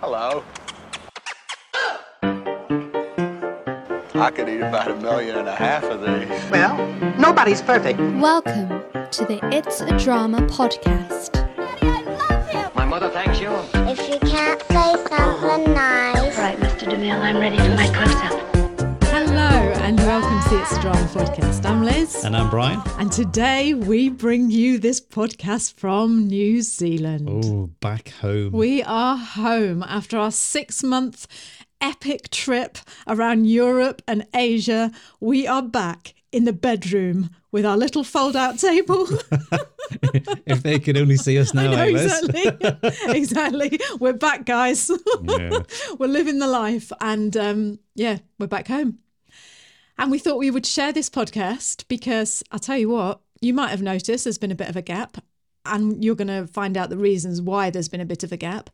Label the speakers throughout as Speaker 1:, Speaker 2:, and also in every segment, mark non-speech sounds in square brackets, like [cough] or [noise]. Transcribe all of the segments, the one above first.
Speaker 1: Hello. I could eat about a million and a half of these.
Speaker 2: Well, nobody's perfect.
Speaker 3: Welcome to the It's a Drama podcast.
Speaker 4: My mother thanks you.
Speaker 5: If you can't say something nice,
Speaker 6: All right, Mr. DeMille, I'm ready for my close-up.
Speaker 7: Hello and welcome to the It's Drama Podcast. I'm Liz,
Speaker 8: And I'm Brian.
Speaker 7: and today we bring you this podcast from New Zealand.
Speaker 8: Oh, back home.
Speaker 7: We are home after our six month epic trip around Europe and Asia. We are back in the bedroom with our little fold out
Speaker 8: [laughs]
Speaker 7: table.
Speaker 8: [laughs]
Speaker 7: [laughs]
Speaker 8: if they could only see us now,
Speaker 7: I know,
Speaker 8: eh, Liz? [laughs]
Speaker 7: exactly. [laughs] exactly. We're back, guys. [laughs]
Speaker 8: Yeah.
Speaker 7: we're living the life and um, yeah we're back home and we thought we would share this podcast because i'll tell you what you might have noticed there's been a bit of a gap and you're going to find out the reasons why there's been a bit of a gap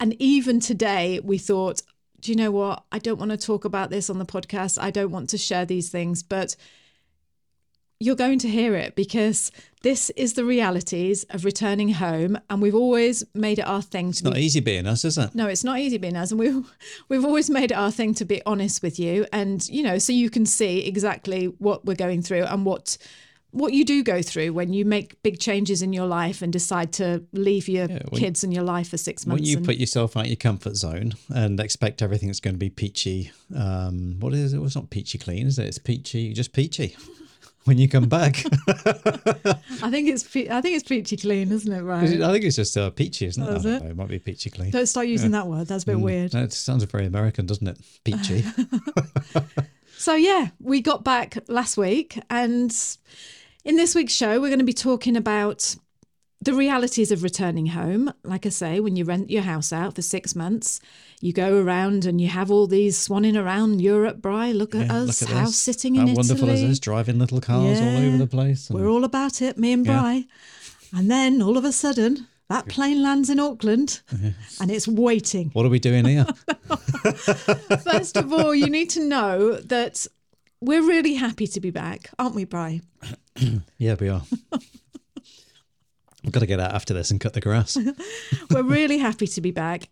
Speaker 7: and even today we thought do you know what i don't want to talk about this on the podcast i don't want to share these things but you're going to hear it because this is the realities of returning home and we've always made it our thing to
Speaker 8: Not
Speaker 7: be
Speaker 8: easy being us, is it?
Speaker 7: no, it's not easy being us, and we we've [laughs] always made it our thing to be honest with you, and you know, so you can see exactly what we're going through and what what you do go through when you make big changes in your life and decide to leave your
Speaker 8: when-
Speaker 7: kids and your life for six months.
Speaker 8: When you
Speaker 7: and-
Speaker 8: put yourself out your comfort zone and expect everything's going to be peachy, um, what is it? Well, it's not peachy clean, is it? It's peachy, just peachy. [laughs] when you come back,
Speaker 7: I think it's pe- I think it's peachy clean, isn't it?
Speaker 8: I
Speaker 7: [laughs] Right?
Speaker 8: think it's just uh, peachy, isn't it?
Speaker 7: Is
Speaker 8: I don't
Speaker 7: it?
Speaker 8: know. It might be peachy clean.
Speaker 7: Don't start using that word. That's a
Speaker 8: Mm.
Speaker 7: bit weird.
Speaker 8: That sounds very American, doesn't it?
Speaker 7: [laughs]
Speaker 8: Peachy.
Speaker 7: So yeah, we got back last week, and in this week's show, we're going to be talking about the realities of returning home. Like I say, when you rent your house out for six months, you go around and you have all these swanning around Europe. Bri, look at
Speaker 8: Yeah,
Speaker 7: us,
Speaker 8: look at
Speaker 7: house
Speaker 8: this.
Speaker 7: sitting
Speaker 8: How
Speaker 7: in
Speaker 8: wonderful
Speaker 7: Italy.
Speaker 8: is this? Driving little cars all over
Speaker 7: Yeah.
Speaker 8: the place. and-
Speaker 7: We're all about it, me and
Speaker 8: Yeah.
Speaker 7: Bri. And then all of a sudden, that plane lands in Auckland, and it's waiting.
Speaker 8: what are we doing here?
Speaker 7: [laughs] First of all, you need to know that we're really happy to be back, aren't we, Bri?
Speaker 8: yeah, we are. I've got to get out after this and cut
Speaker 7: [laughs]
Speaker 8: the grass.
Speaker 7: We're really happy to be back.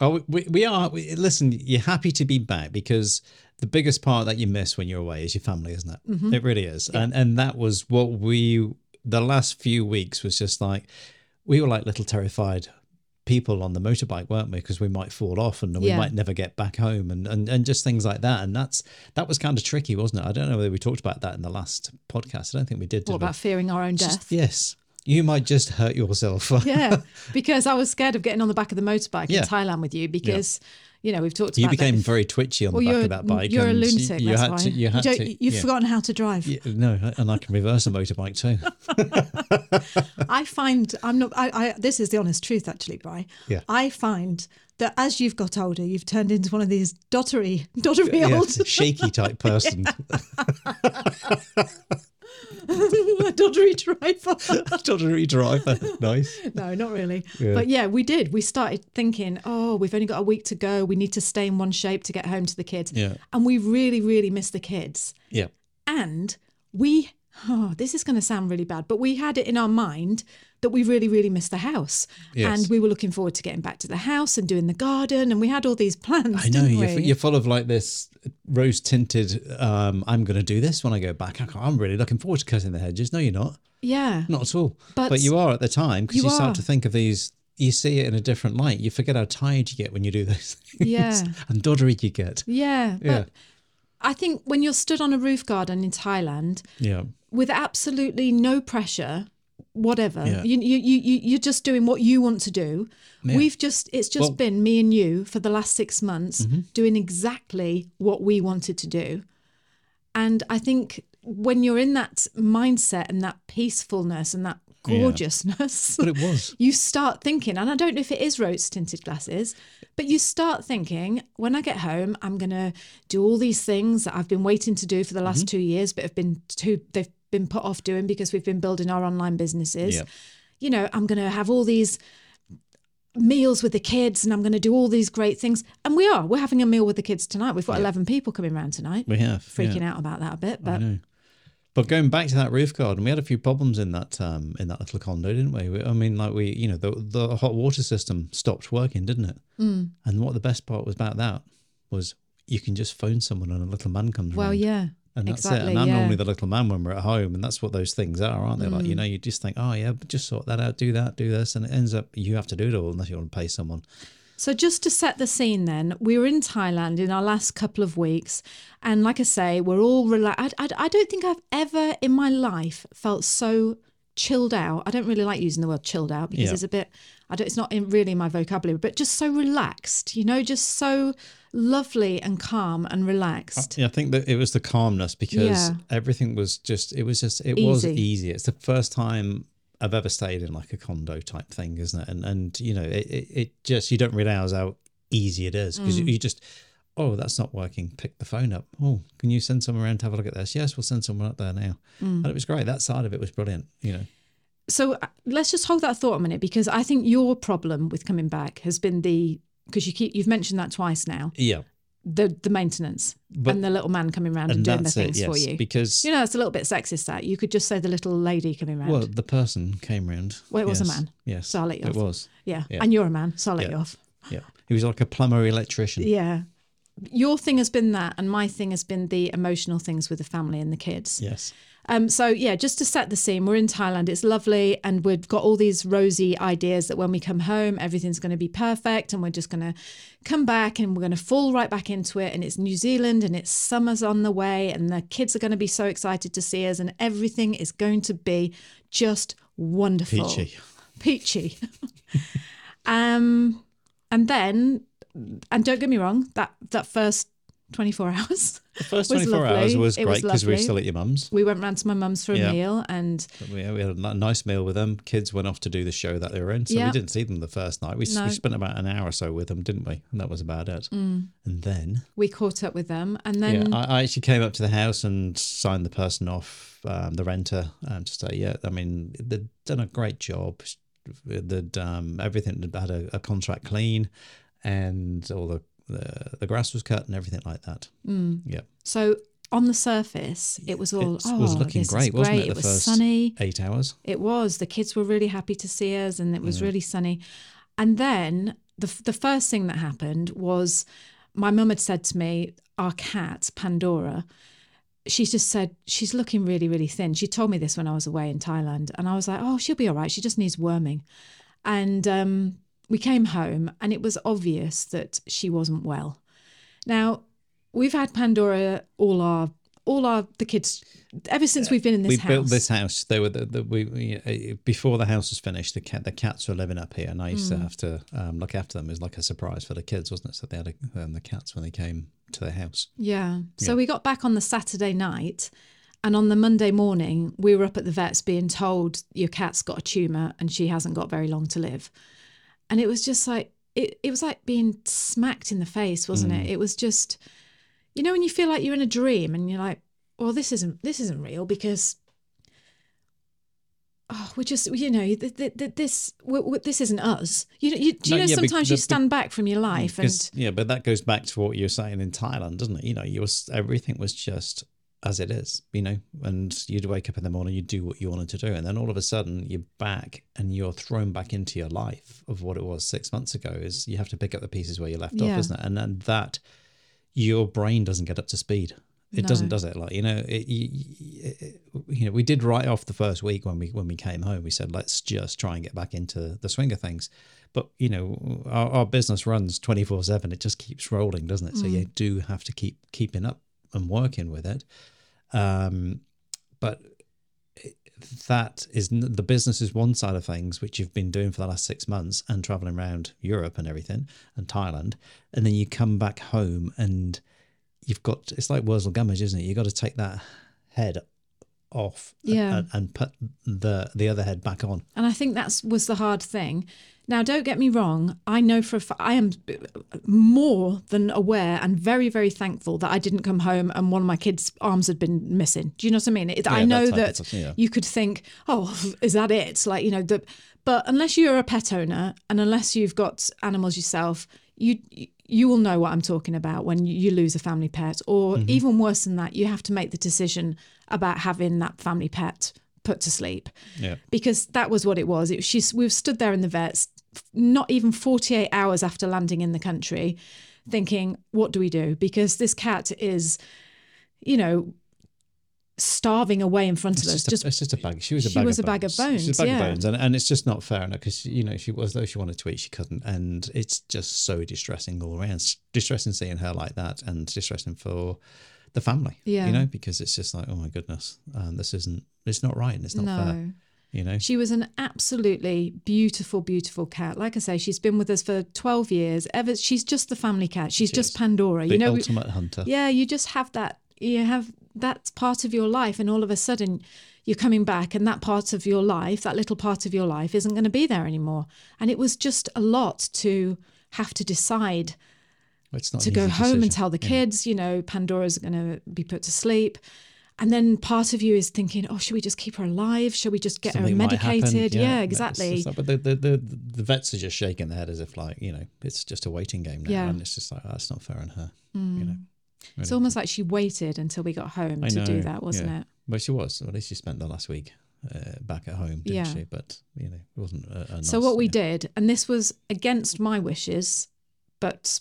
Speaker 8: Oh, we, we are. We, listen, you're happy to be back because the biggest part that you miss when you're away is your family, isn't it?
Speaker 7: Mm-hmm.
Speaker 8: It really is. And and that was what we the last few weeks was just like we were like little terrified people on the motorbike, weren't we? Because we might fall off and we
Speaker 7: Yeah.
Speaker 8: might never get back home and, and and just things like that. And that's that was kind of tricky, wasn't it? I don't know whether we talked about that in the last podcast. I don't think we did. did
Speaker 7: What
Speaker 8: we?
Speaker 7: about fearing our own
Speaker 8: Just-
Speaker 7: death?
Speaker 8: yes. You might just hurt yourself.
Speaker 7: [laughs]
Speaker 8: [laughs]
Speaker 7: yeah, because I was scared of getting on the back of the motorbike
Speaker 8: Yeah.
Speaker 7: in Thailand with you because, you know, we've talked
Speaker 8: You
Speaker 7: about that
Speaker 8: became
Speaker 7: before.
Speaker 8: very twitchy on
Speaker 7: well,
Speaker 8: the back
Speaker 7: you're,
Speaker 8: of that bike.
Speaker 7: You're a
Speaker 8: and
Speaker 7: lunatic,
Speaker 8: you
Speaker 7: that's
Speaker 8: had
Speaker 7: why.
Speaker 8: to. You had
Speaker 7: don't-
Speaker 8: to.
Speaker 7: you've
Speaker 8: yeah.
Speaker 7: forgotten how to drive.
Speaker 8: Yeah, no, and I can reverse a motorbike
Speaker 7: [laughs]
Speaker 8: too.
Speaker 7: I find, I'm not, I, I, this is the honest truth actually, Bri.
Speaker 8: Yeah.
Speaker 7: I find that as you've got older, you've turned into one of these dottery, dottery
Speaker 8: Yeah,
Speaker 7: old,
Speaker 8: shaky
Speaker 7: [laughs]
Speaker 8: type person, [laughs]
Speaker 7: [laughs] dottery
Speaker 8: [laughs]
Speaker 7: driver.
Speaker 8: doddery
Speaker 7: [laughs]
Speaker 8: driver. Nice.
Speaker 7: no, not really. But yeah, we did. We started thinking, oh, we've only got a week to go. We need to stay in one shape to get home to the kids.
Speaker 8: Yeah.
Speaker 7: And we really, really miss the kids.
Speaker 8: Yeah,
Speaker 7: And we, oh, this is going to sound really bad, but we had it in our mind that we really, really missed the house.
Speaker 8: Yes.
Speaker 7: And we were looking forward to getting back to the house and doing the garden. And we had all these plans.
Speaker 8: I know.
Speaker 7: didn't
Speaker 8: You're,
Speaker 7: we?
Speaker 8: you're full of like this rose tinted. Um, I'm going to do this when I go back. I can't- I'm really looking forward to cutting the hedges. No, you're not.
Speaker 7: yeah.
Speaker 8: Not at all.
Speaker 7: But-
Speaker 8: you are at the time because
Speaker 7: You
Speaker 8: you,
Speaker 7: are.
Speaker 8: start to think of these. You see it in a different light. You forget how tired you get when you do those [laughs] things.
Speaker 7: Yeah.
Speaker 8: and doddery you get.
Speaker 7: Yeah. But
Speaker 8: Yeah.
Speaker 7: I think when you're stood on a roof garden in Thailand,
Speaker 8: Yeah.
Speaker 7: with absolutely no pressure whatever
Speaker 8: Yeah.
Speaker 7: you, you you you- you're just doing what you want to do we've just it's just
Speaker 8: Well- Mm-hmm.
Speaker 7: been me and you for the last six months doing exactly what we wanted to do and i think when you're in that mindset and that peacefulness and that gorgeousness
Speaker 8: But it was.
Speaker 7: you start thinking, and I don't know if it is rose tinted glasses, but you start thinking, when I get home, I'm gonna do all these things that I've been waiting to do for the last two years, but have been too they've been put off doing because we've been building our online businesses.
Speaker 8: Yep.
Speaker 7: You know, I'm gonna have all these meals with the kids and I'm gonna do all these great things. And we are, we're having a meal with the kids tonight. We've got eleven people coming round tonight.
Speaker 8: We have.
Speaker 7: Freaking out about that a bit, but
Speaker 8: But going back to that roof garden, we had a few problems in that um, in that little condo, didn't we? we? I mean, like we, you know, the the hot water system stopped working, didn't it? Mm. And what the best part was about that was you can just phone someone and a little man comes.
Speaker 7: Well,
Speaker 8: round.
Speaker 7: yeah.
Speaker 8: And that's
Speaker 7: exactly,
Speaker 8: it. And I'm
Speaker 7: yeah.
Speaker 8: normally the little man when we're at home, and that's what those things are, aren't they? Like
Speaker 7: Mm.
Speaker 8: you know, you just think, oh yeah, just sort that out, do that, do this, and it ends up you have to do it all unless you want to pay someone.
Speaker 7: So, just to set the scene, then, we were in Thailand in our last couple of weeks. And like I say, we're all relaxed. I, I, I don't think I've ever in my life felt so chilled out. I don't really like using the word chilled out because
Speaker 8: Yeah.
Speaker 7: it's a bit, I don't, it's not in, really in my vocabulary, but just so relaxed, you know, just so lovely and calm and relaxed.
Speaker 8: Uh, Yeah, I think that it was the calmness because
Speaker 7: Yeah.
Speaker 8: everything was just it was just it was
Speaker 7: Easy.
Speaker 8: easy. It's the first time I've ever stayed in like a condo type thing, isn't it? And and you know it it, it just you don't realize how easy it is
Speaker 7: Mm.
Speaker 8: because you, you just oh that's not working. Pick the phone up. Oh, can you send someone around to have a look at this? Yes, we'll send someone up there now.
Speaker 7: Mm.
Speaker 8: And it was great. That side of it was brilliant. You know.
Speaker 7: so uh, let's just hold that thought a minute because I think your problem with coming back has been the, because you keep, you've mentioned that twice now,
Speaker 8: Yeah.
Speaker 7: the, the maintenance
Speaker 8: But-
Speaker 7: and the little man coming round and,
Speaker 8: And
Speaker 7: doing the
Speaker 8: that's it.
Speaker 7: things
Speaker 8: Yes.
Speaker 7: for you.
Speaker 8: Because
Speaker 7: You know, it's a little bit sexist that you could just say the little lady coming round.
Speaker 8: well, the person came round.
Speaker 7: Well, it was a
Speaker 8: Yes.
Speaker 7: man.
Speaker 8: Yes.
Speaker 7: So I'll let you
Speaker 8: It
Speaker 7: off.
Speaker 8: was.
Speaker 7: yeah.
Speaker 8: yeah.
Speaker 7: and you're a man, so I'll let
Speaker 8: Yeah.
Speaker 7: you off.
Speaker 8: Yeah. He was like a plumber electrician.
Speaker 7: Yeah, your thing has been that, and my thing has been the emotional things with the family and the kids. [laughs]
Speaker 8: Yes.
Speaker 7: Um, so yeah, just to set the scene, we're in Thailand. It's lovely, and we've got all these rosy ideas that when we come home, everything's going to be perfect, and we're just going to come back and we're going to fall right back into it. And it's New Zealand, and it's summer's on the way, and the kids are going to be so excited to see us, and everything is going to be just wonderful,
Speaker 8: Peachy.
Speaker 7: peachy. [laughs] um, and then, and don't get me wrong, that that first twenty four [laughs] hours.
Speaker 8: The first
Speaker 7: was
Speaker 8: 24 hours
Speaker 7: lovely.
Speaker 8: was
Speaker 7: It
Speaker 8: great
Speaker 7: was
Speaker 8: because we were
Speaker 7: lovely.
Speaker 8: still at your mum's.
Speaker 7: We went round to my mum's for a
Speaker 8: Yeah.
Speaker 7: meal, and
Speaker 8: But We, we had a ni- nice meal with them. Kids went off to do the show that they were in. So
Speaker 7: Yeah.
Speaker 8: we didn't see them the first night. We, s
Speaker 7: No. Mm.
Speaker 8: we spent about an hour or so with them, didn't we? And that was about it. And then,
Speaker 7: we caught up with them and
Speaker 8: yeah,
Speaker 7: then
Speaker 8: I, I actually came up to the house and signed the person off, um, the renter, um, to say, yeah, I mean, they'd done a great job. They'd, um, everything had a, a contract clean and all the, the, the grass was cut and everything like that. Yeah.
Speaker 7: mm, so on the surface it was all
Speaker 8: It
Speaker 7: oh
Speaker 8: was looking
Speaker 7: this is
Speaker 8: great, wasn't it?
Speaker 7: great.
Speaker 8: The
Speaker 7: was
Speaker 8: first
Speaker 7: sunny
Speaker 8: eight hours.
Speaker 7: it was the kids were really happy to see us and it was
Speaker 8: Mm.
Speaker 7: really sunny and then the f- the first thing that happened was my mum had said to me our cat Pandora she just said she's looking really really thin she told me this when I was away in Thailand and I was like oh she'll be all right she just needs worming and um we came home and it was obvious that she wasn't well now we've had Pandora all our all our the kids ever since we've been in this
Speaker 8: we
Speaker 7: house
Speaker 8: built this house. They were the, the we, we uh, before the house was finished. The cat the cats were living up here, and I used
Speaker 7: Mm.
Speaker 8: to have to um, look after them. It was like a surprise for the kids, wasn't it? So they had a, um, the cats when they came to the house.
Speaker 7: Yeah. So we got back on the Saturday night, and on the Monday morning, we were up at the vets being told your cat's got a tumour and she hasn't got very long to live. And it was just like, it, it was like being smacked in the face, wasn't
Speaker 8: Mm.
Speaker 7: it? It was just, you know, when you feel like you're in a dream and you're like, well, this isn't this isn't real because oh, we're just you know th- th- th- this we we- this isn't us. You know, you, do you
Speaker 8: No,
Speaker 7: know
Speaker 8: yeah, bec-
Speaker 7: sometimes
Speaker 8: the- Mm,
Speaker 7: you stand back from your life and
Speaker 8: 'Cause- yeah, but that goes back to what you were saying in Thailand, doesn't it? You know, you was everything was just as it is, you know, and you'd wake up in the morning, you'd do what you wanted to do, and then all of a sudden you're back and you're thrown back into your life of what it was six months ago. Is you have to pick up the pieces where you left
Speaker 7: Yeah.
Speaker 8: off, isn't it? And then that your brain doesn't get up to speed. It doesn't, does it? Like you know, it, you, it, you know, we did write off the first week when we when we came home. We said let's just try and get back into the swing of things. But you know, our, our business runs twenty four seven. It just keeps rolling, doesn't it? So you do have to keep keeping up and working with it. Um, but it- that is n- the business is one side of things which you've been doing for the last six months and traveling around Europe and everything and Thailand, and then you come back home and you've got it's like Wurzel Gummidge, isn't it? You got to take that head off,
Speaker 7: Yeah.
Speaker 8: and, and put the the other head back on.
Speaker 7: And I think that's was the hard thing. Now, don't get me wrong. I know for a fa- I am more than aware and very, very thankful that I didn't come home and one of my kids' arms had been missing. Do you know what I mean? It, I
Speaker 8: Yeah,
Speaker 7: know
Speaker 8: that type
Speaker 7: that
Speaker 8: of stuff, yeah.
Speaker 7: you could think, oh, is that it? Like you know, the, but unless you're a pet owner and unless you've got animals yourself, you you will know what I'm talking about when you lose a family pet, or
Speaker 8: Mm-hmm.
Speaker 7: even worse than that, you have to make the decision about having that family pet put to sleep
Speaker 8: Yeah.
Speaker 7: because that was what it was. It was she's we've stood there in the vets, not even 48 hours after landing in the country, thinking, what do we do? Because this cat is, you know, starving away in front of
Speaker 8: It's
Speaker 7: us.
Speaker 8: just,
Speaker 7: Just
Speaker 8: a, it's just a bag. She was a
Speaker 7: she
Speaker 8: bag.
Speaker 7: was a
Speaker 8: of
Speaker 7: bag of
Speaker 8: bones. She's a
Speaker 7: bones,
Speaker 8: bag
Speaker 7: yeah.
Speaker 8: of bones, and, and it's just not fair enough because you know she was though she wanted to eat, she couldn't, and it's just so distressing all around. It's distressing seeing her like that, and distressing for the family.
Speaker 7: Yeah.
Speaker 8: you know because it's just like oh my goodness, um, this isn't it's not right and it's not fair.
Speaker 7: no.
Speaker 8: You know,
Speaker 7: She was an absolutely beautiful, beautiful cat. Like I say, she's been with us for 12 years. Ever she's just the family cat. She's
Speaker 8: She
Speaker 7: just
Speaker 8: is.
Speaker 7: Pandora.
Speaker 8: the
Speaker 7: you know, we-
Speaker 8: ultimate hunter.
Speaker 7: yeah, you just have that. You have that part of your life, and all of a sudden, you're coming back, and that part of your life, that little part of your life, isn't going to be there anymore. And it was just a lot to have to decide
Speaker 8: it's not
Speaker 7: to
Speaker 8: an
Speaker 7: go
Speaker 8: easy
Speaker 7: home
Speaker 8: decision.
Speaker 7: and tell the kids, you know, Pandora's going to be put to sleep. And then part of you is thinking, oh, should we just keep her alive? Shall we just get
Speaker 8: Something
Speaker 7: her
Speaker 8: might happen.
Speaker 7: medicated? Yeah,
Speaker 8: it's-
Speaker 7: exactly.
Speaker 8: it's like- but the, the, the, the vets are just shaking their head as if like you know it's just a waiting game now,
Speaker 7: Yeah. Mm.
Speaker 8: and it's just like oh, that's not fair on her. You know.
Speaker 7: It's almost like she waited until we got home
Speaker 8: I
Speaker 7: to do
Speaker 8: know,
Speaker 7: that, wasn't
Speaker 8: yeah.
Speaker 7: it?
Speaker 8: Well, she was. Or at least she spent the last week uh, back at home, didn't
Speaker 7: Yeah.
Speaker 8: she? But you know, it wasn't. A, a
Speaker 7: So
Speaker 8: nice-
Speaker 7: what we
Speaker 8: yeah.
Speaker 7: did, and this was against my wishes, but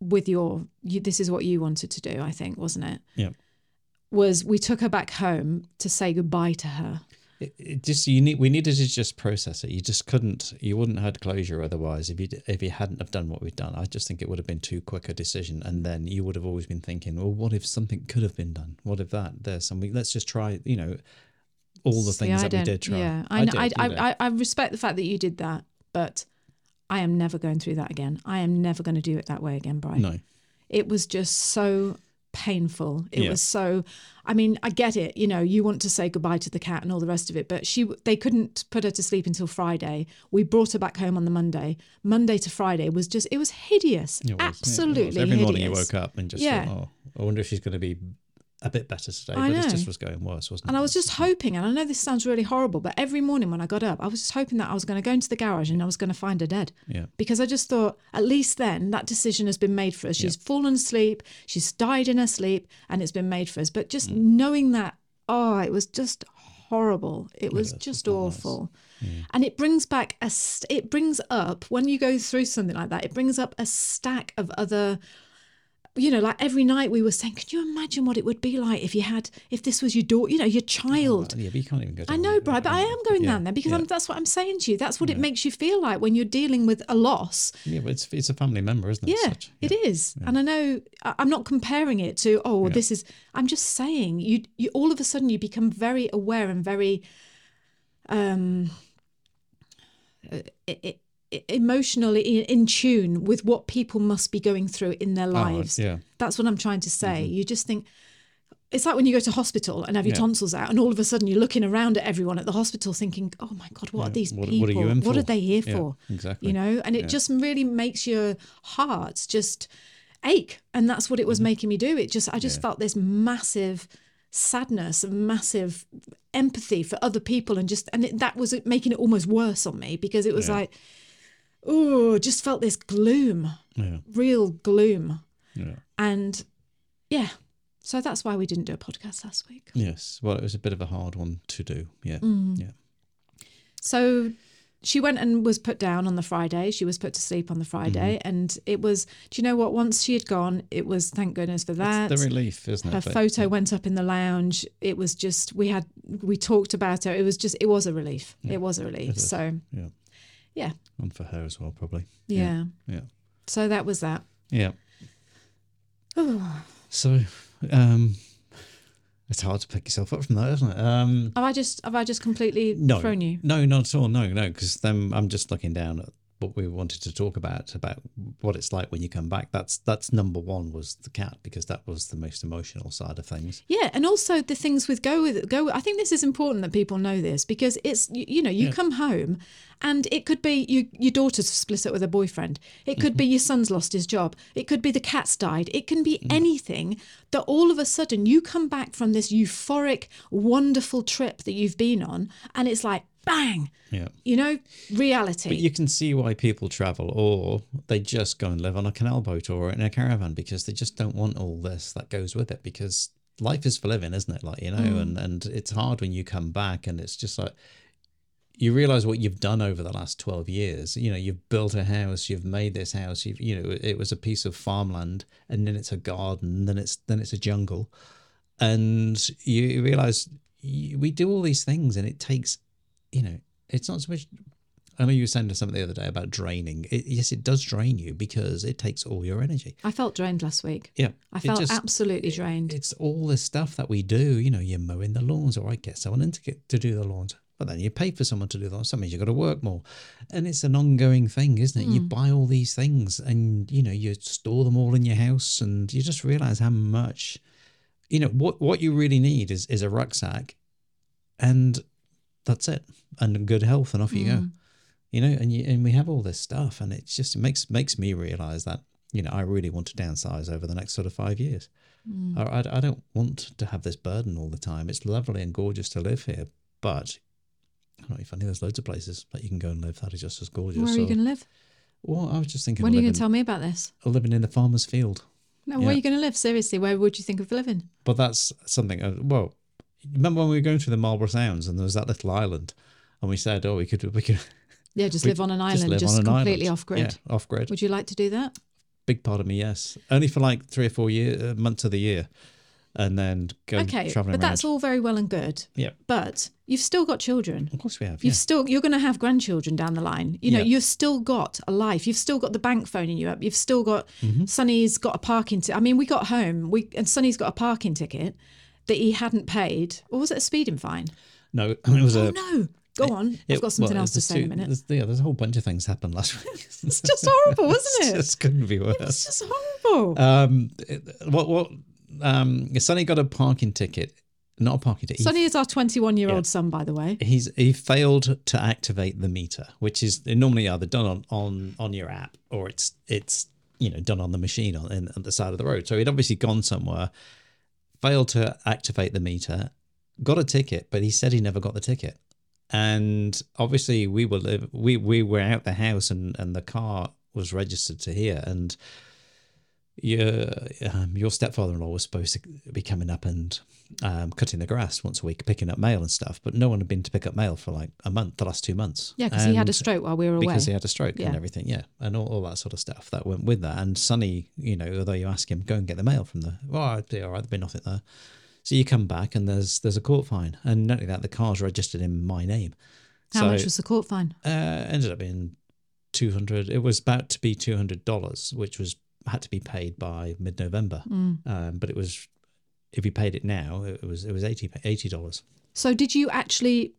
Speaker 7: with your, you, this is what you wanted to do, I think, wasn't it?
Speaker 8: Yeah.
Speaker 7: Was we took her back home to say goodbye to her.
Speaker 8: It, it just you need. We needed to just process it. You just couldn't. You wouldn't have had closure otherwise. If you d- if you hadn't have done what we've done, I just think it would have been too quick a decision, and then you would have always been thinking, well, what if something could have been done? What if that? This and we let's just try. You know, all the
Speaker 7: See,
Speaker 8: things
Speaker 7: I
Speaker 8: that we
Speaker 7: don't-
Speaker 8: did try.
Speaker 7: Yeah, I, know, I,
Speaker 8: did, you know.
Speaker 7: I, I, I respect the fact that you did that, but I am never going through that again. I am never going to do it that way again, Brian.
Speaker 8: no.
Speaker 7: It was just so painful. It
Speaker 8: Yeah.
Speaker 7: was so. I mean, I get it. You know, you want to say goodbye to the cat and all the rest of it, but she they couldn't put her to sleep until Friday. We brought her back home on the Monday. Monday to Friday was just. It was hideous.
Speaker 8: It was, yeah, it was.
Speaker 7: Absolutely
Speaker 8: Every
Speaker 7: hideous.
Speaker 8: morning you woke up and just
Speaker 7: Yeah.
Speaker 8: thought, oh, I wonder if she's going to be a bit better today.
Speaker 7: I
Speaker 8: but it
Speaker 7: know.
Speaker 8: just was going worse, wasn't it?
Speaker 7: And I was
Speaker 8: It's
Speaker 7: just hoping, and I know this sounds really horrible, but every morning when I got up, I was just hoping that I was going to go into the garage and I was going to find her dead.
Speaker 8: Yeah.
Speaker 7: Because I just thought, at least then, that decision has been made for us. She's fallen asleep, she's died in her sleep, and it's been made for us. But just knowing that, oh, it was just horrible. It was just awful. And it brings back a, st- it brings up, when you go through something like that, it brings up a stack of other you know, like every night we were saying, can you imagine what it would be like if you had, if this was your daughter, you know, your child?
Speaker 8: Oh, Yeah, but you can't even go.
Speaker 7: I
Speaker 8: down
Speaker 7: know,
Speaker 8: that-
Speaker 7: Brian, but I am going
Speaker 8: Yeah,
Speaker 7: down there because
Speaker 8: yeah.
Speaker 7: I'm, that's what I'm saying to you. That's what it makes you feel like when you're dealing with a loss.
Speaker 8: Yeah, but it's it's a family member, isn't it?
Speaker 7: Yeah,
Speaker 8: Such?
Speaker 7: it is. And I know I- I'm not comparing it to, oh, well, this is, I'm just saying you, you, all of a sudden you become very aware and very um, uh, e- e- e- emotionally in, in tune with what people must be going through in their lives.
Speaker 8: Ah, yeah. Mm-hmm.
Speaker 7: That's what I'm trying to say. You just think, it's like when you go to hospital and have your tonsils out, and all of a sudden you're looking around at everyone at the hospital, thinking, "Oh my God, what are these
Speaker 8: What,
Speaker 7: people?
Speaker 8: what are you in for?
Speaker 7: they here
Speaker 8: Yeah,
Speaker 7: for?"
Speaker 8: exactly.
Speaker 7: You know, and it just really makes your heart just ache, and that's what it was making me do. It just, I just felt this massive sadness and massive empathy for other people, and just, and it, that was making it almost worse on me because it was like, oh, just felt this gloom,
Speaker 8: Yeah.
Speaker 7: real gloom,
Speaker 8: Yeah.
Speaker 7: and yeah. So that's why we didn't do a podcast last week.
Speaker 8: Yes. Well, it was a bit of a hard one to do. Yeah.
Speaker 7: Mm.
Speaker 8: Yeah.
Speaker 7: So she went and was put down on the Friday. She was put to sleep on the Friday.
Speaker 8: Mm-hmm.
Speaker 7: And it was, do you know what? Once she had gone, it was thank goodness for that.
Speaker 8: The relief, isn't it?
Speaker 7: her
Speaker 8: But-
Speaker 7: photo went up in the lounge. It was just, we had, we talked about her. It was just, it was a relief. It was a relief.
Speaker 8: is.
Speaker 7: So,
Speaker 8: Yeah.
Speaker 7: yeah.
Speaker 8: And for her as well, probably.
Speaker 7: yeah.
Speaker 8: Yeah.
Speaker 7: So that was that. [sighs]
Speaker 8: Yeah. so, um, it's hard to pick yourself up from that, isn't it? Um.
Speaker 7: Have I just, have I just completely
Speaker 8: no,
Speaker 7: thrown you?
Speaker 8: No, not at all. No, no, because then I'm just looking down at what we wanted to talk about about what it's like when you come back. That's that's number one was the cat because that was the most emotional side of things.
Speaker 7: Yeah, and also the things with go with go. With, I think this is important that people know this because it's you, you know you come home, and it could be you, your daughter's split up with her boyfriend. It could
Speaker 8: Mm-hmm.
Speaker 7: be your son's lost his job. It could be the cat's died. It can
Speaker 8: Mm-hmm.
Speaker 7: be anything that all of a sudden you come back from this euphoric, wonderful trip that you've been on, and it's like bang,
Speaker 8: Yeah.
Speaker 7: you know, reality.
Speaker 8: But you can see why people travel, or they just go and live on a canal boat or in a caravan because they just don't want all this that goes with it. Because life is for living, isn't it? Like you know, and and it's hard when you come back, and it's just like you realize what you've done over the last twelve years. You know, you've built a house, you've made this house, you've you know, it was a piece of farmland, and then it's a garden, then it's then it's a jungle, and you realize we do all these things, and it takes, you know. It's not so much I know you were saying something the other day about draining. It, yes, it does drain you because it takes all your energy.
Speaker 7: I felt drained last week.
Speaker 8: Yeah,
Speaker 7: I
Speaker 8: it
Speaker 7: felt
Speaker 8: just-
Speaker 7: absolutely drained.
Speaker 8: It's all this stuff that we do. You know, you're mowing the lawns, or I get someone in to get to do the lawns. But then you pay for someone to do the lawns. That means you've got to work more, and it's an ongoing thing, isn't it? You buy all these things, and you know you store them all in your house, and you just realize how much, you know, what what you really need is is a rucksack, and that's it, and good health, and off you go you know and you, and we have all this stuff and it's just it makes makes me realize that you know i really want to downsize over the next sort of five years I, I, I don't want to have this burden all the time it's lovely and gorgeous to live here but I don't know if I knew there's loads of places that you can go and live that are just as gorgeous.
Speaker 7: Where are you
Speaker 8: or-
Speaker 7: going to live?
Speaker 8: Well, I was just thinking
Speaker 7: When are you
Speaker 8: living,
Speaker 7: going to tell me about this?
Speaker 8: living in the farmer's field.
Speaker 7: No, where
Speaker 8: Yeah.
Speaker 7: are you going to live? Seriously, where would you think of living?
Speaker 8: But that's something. uh, Well, remember when we were going through the Marlborough Sounds and there was that little island, and we said, "Oh, we could, we could
Speaker 7: Yeah, just
Speaker 8: we
Speaker 7: live on an
Speaker 8: just
Speaker 7: island,
Speaker 8: live
Speaker 7: just,
Speaker 8: on an
Speaker 7: completely
Speaker 8: island."
Speaker 7: off grid.
Speaker 8: Yeah, off grid.
Speaker 7: Would you like to do that?
Speaker 8: big part of me, yes. Only for like three or four year, uh, months of the year, and then go
Speaker 7: Okay,
Speaker 8: traveling
Speaker 7: but
Speaker 8: around.
Speaker 7: that's all very well and good.
Speaker 8: Yeah,
Speaker 7: But you've still got children.
Speaker 8: of course we have.
Speaker 7: You've
Speaker 8: Yeah.
Speaker 7: still you're going to have grandchildren down the line. You know,
Speaker 8: Yeah.
Speaker 7: you've still got a life. You've still got the bank phoning you up. You've still got
Speaker 8: Mm-hmm.
Speaker 7: Sonny's got a parking ticket. I mean, we got home. We and Sonny's got a parking ticket that he hadn't paid, or was it a speeding fine?
Speaker 8: No, [laughs] I mean, it was a.
Speaker 7: oh no, go on. I've
Speaker 8: it-
Speaker 7: got something
Speaker 8: well,
Speaker 7: else to
Speaker 8: there's
Speaker 7: say in a
Speaker 8: two-
Speaker 7: minute.
Speaker 8: [laughs] There's, yeah, there's a whole bunch of things happened last week. [laughs]
Speaker 7: It's just horrible,
Speaker 8: It
Speaker 7: isn't it?
Speaker 8: just couldn't be worse.
Speaker 7: It's just horrible.
Speaker 8: Um, it- what what? Um, Sonny got a parking ticket, not a parking ticket. he
Speaker 7: Sonny is our 21 year old son, by the way.
Speaker 8: he's he failed to activate the meter, which is they normally either done on on on your app or it's it's you know done on the machine on in, at the side of the road. So he'd obviously gone somewhere, failed to activate the meter, got a ticket, but he said he never got the ticket. And obviously we were live, we we were out the house and and the car was registered to here and your um, your stepfather-in-law was supposed to be coming up and um, cutting the grass once a week, picking up mail and stuff. But no one had been to pick up mail for like a month, the last two months.
Speaker 7: Yeah, because he had a
Speaker 8: And-
Speaker 7: stroke while we were away.
Speaker 8: because he had a stroke
Speaker 7: Yeah.
Speaker 8: and everything, yeah, and all, all that sort of stuff that went with that. And Sonny, you know, although you ask him, go and get the mail from the, well, I'd be all right, there'd be nothing there. So you come back and there's there's a court fine, and not only that, the car's registered in my name.
Speaker 7: How
Speaker 8: So-
Speaker 7: much was the court fine?
Speaker 8: uh, ended up being two hundred. It was about to be two hundred dollars, which was had to be paid by mid-November.
Speaker 7: Mm.
Speaker 8: Um, but it was if you paid it now, it was it was eighty dollars.
Speaker 7: So did you actually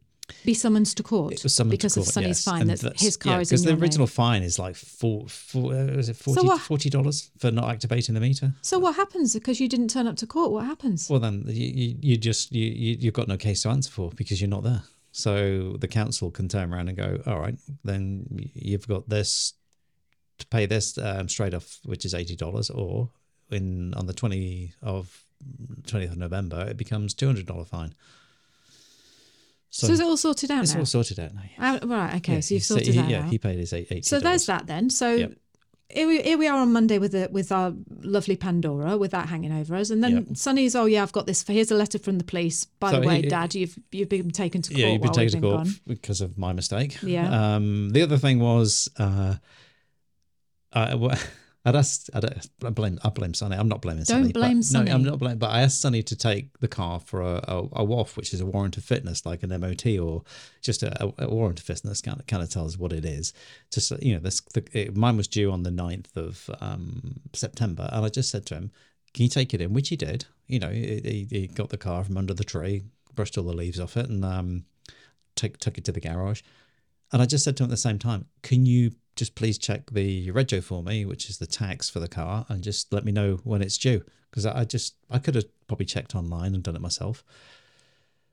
Speaker 7: be summoned to court
Speaker 8: It was summoned to
Speaker 7: because of
Speaker 8: court,
Speaker 7: Sonny's
Speaker 8: yes.
Speaker 7: fine
Speaker 8: And
Speaker 7: that
Speaker 8: that's-
Speaker 7: his car
Speaker 8: yeah,
Speaker 7: is in
Speaker 8: the
Speaker 7: your name?
Speaker 8: original fine is like four, four uh, was it forty
Speaker 7: what-
Speaker 8: dollars for not activating the meter.
Speaker 7: So what happens because you didn't turn up to court? What happens?
Speaker 8: Well, then you, you, you just you, you you've got no case to answer for because you're not there. So the council can turn around and go, all right, then you've got this to pay this um, straight off, which is eighty dollars, or in on the twenty of twentieth of November, it becomes two hundred dollar fine. So,
Speaker 7: so, is it all sorted out
Speaker 8: it's
Speaker 7: now?
Speaker 8: all sorted out now. yeah.
Speaker 7: Ah, right. Okay. so you've
Speaker 8: he-
Speaker 7: sorted
Speaker 8: he,
Speaker 7: that
Speaker 8: Yeah,
Speaker 7: out.
Speaker 8: he paid his eight. $80.
Speaker 7: so there's that then. So.
Speaker 8: Yep.
Speaker 7: Here we, here we are on Monday with the, with our lovely Pandora with that hanging over us, and then
Speaker 8: Yep.
Speaker 7: Sonny's oh yeah I've got this here's a letter from the police by
Speaker 8: So
Speaker 7: the way
Speaker 8: he-
Speaker 7: Dad you've you've been taken to court
Speaker 8: yeah, you've been
Speaker 7: while we've
Speaker 8: taken to
Speaker 7: been
Speaker 8: court
Speaker 7: gone.
Speaker 8: because of my mistake.
Speaker 7: Yeah.
Speaker 8: Um, the other thing was, uh, [laughs] I, wa- Uh, I'd asked, I'd, asked- I blame, I blame Sonny. I'm not blaming Sonny. but-
Speaker 7: blame Sonny.
Speaker 8: No, I'm not blaming, but I asked Sonny to take the car for a, a, a WAF, which is a warrant of fitness, like an MOT or just a, a, a warrant of fitness kind of, kind of tells what it is. Just, you know, this, the, it, mine was due on the 9th of um, September. And I just said to him, can you take it in? Which he did. You know, he, he he got the car from under the tree, brushed all the leaves off it, and um, took took it to the garage. And I just said to him at the same time, "Can you just please check the rego for me, which is the tax for the car, and just let me know when it's due?" Because I, I just I could have probably checked online and done it myself.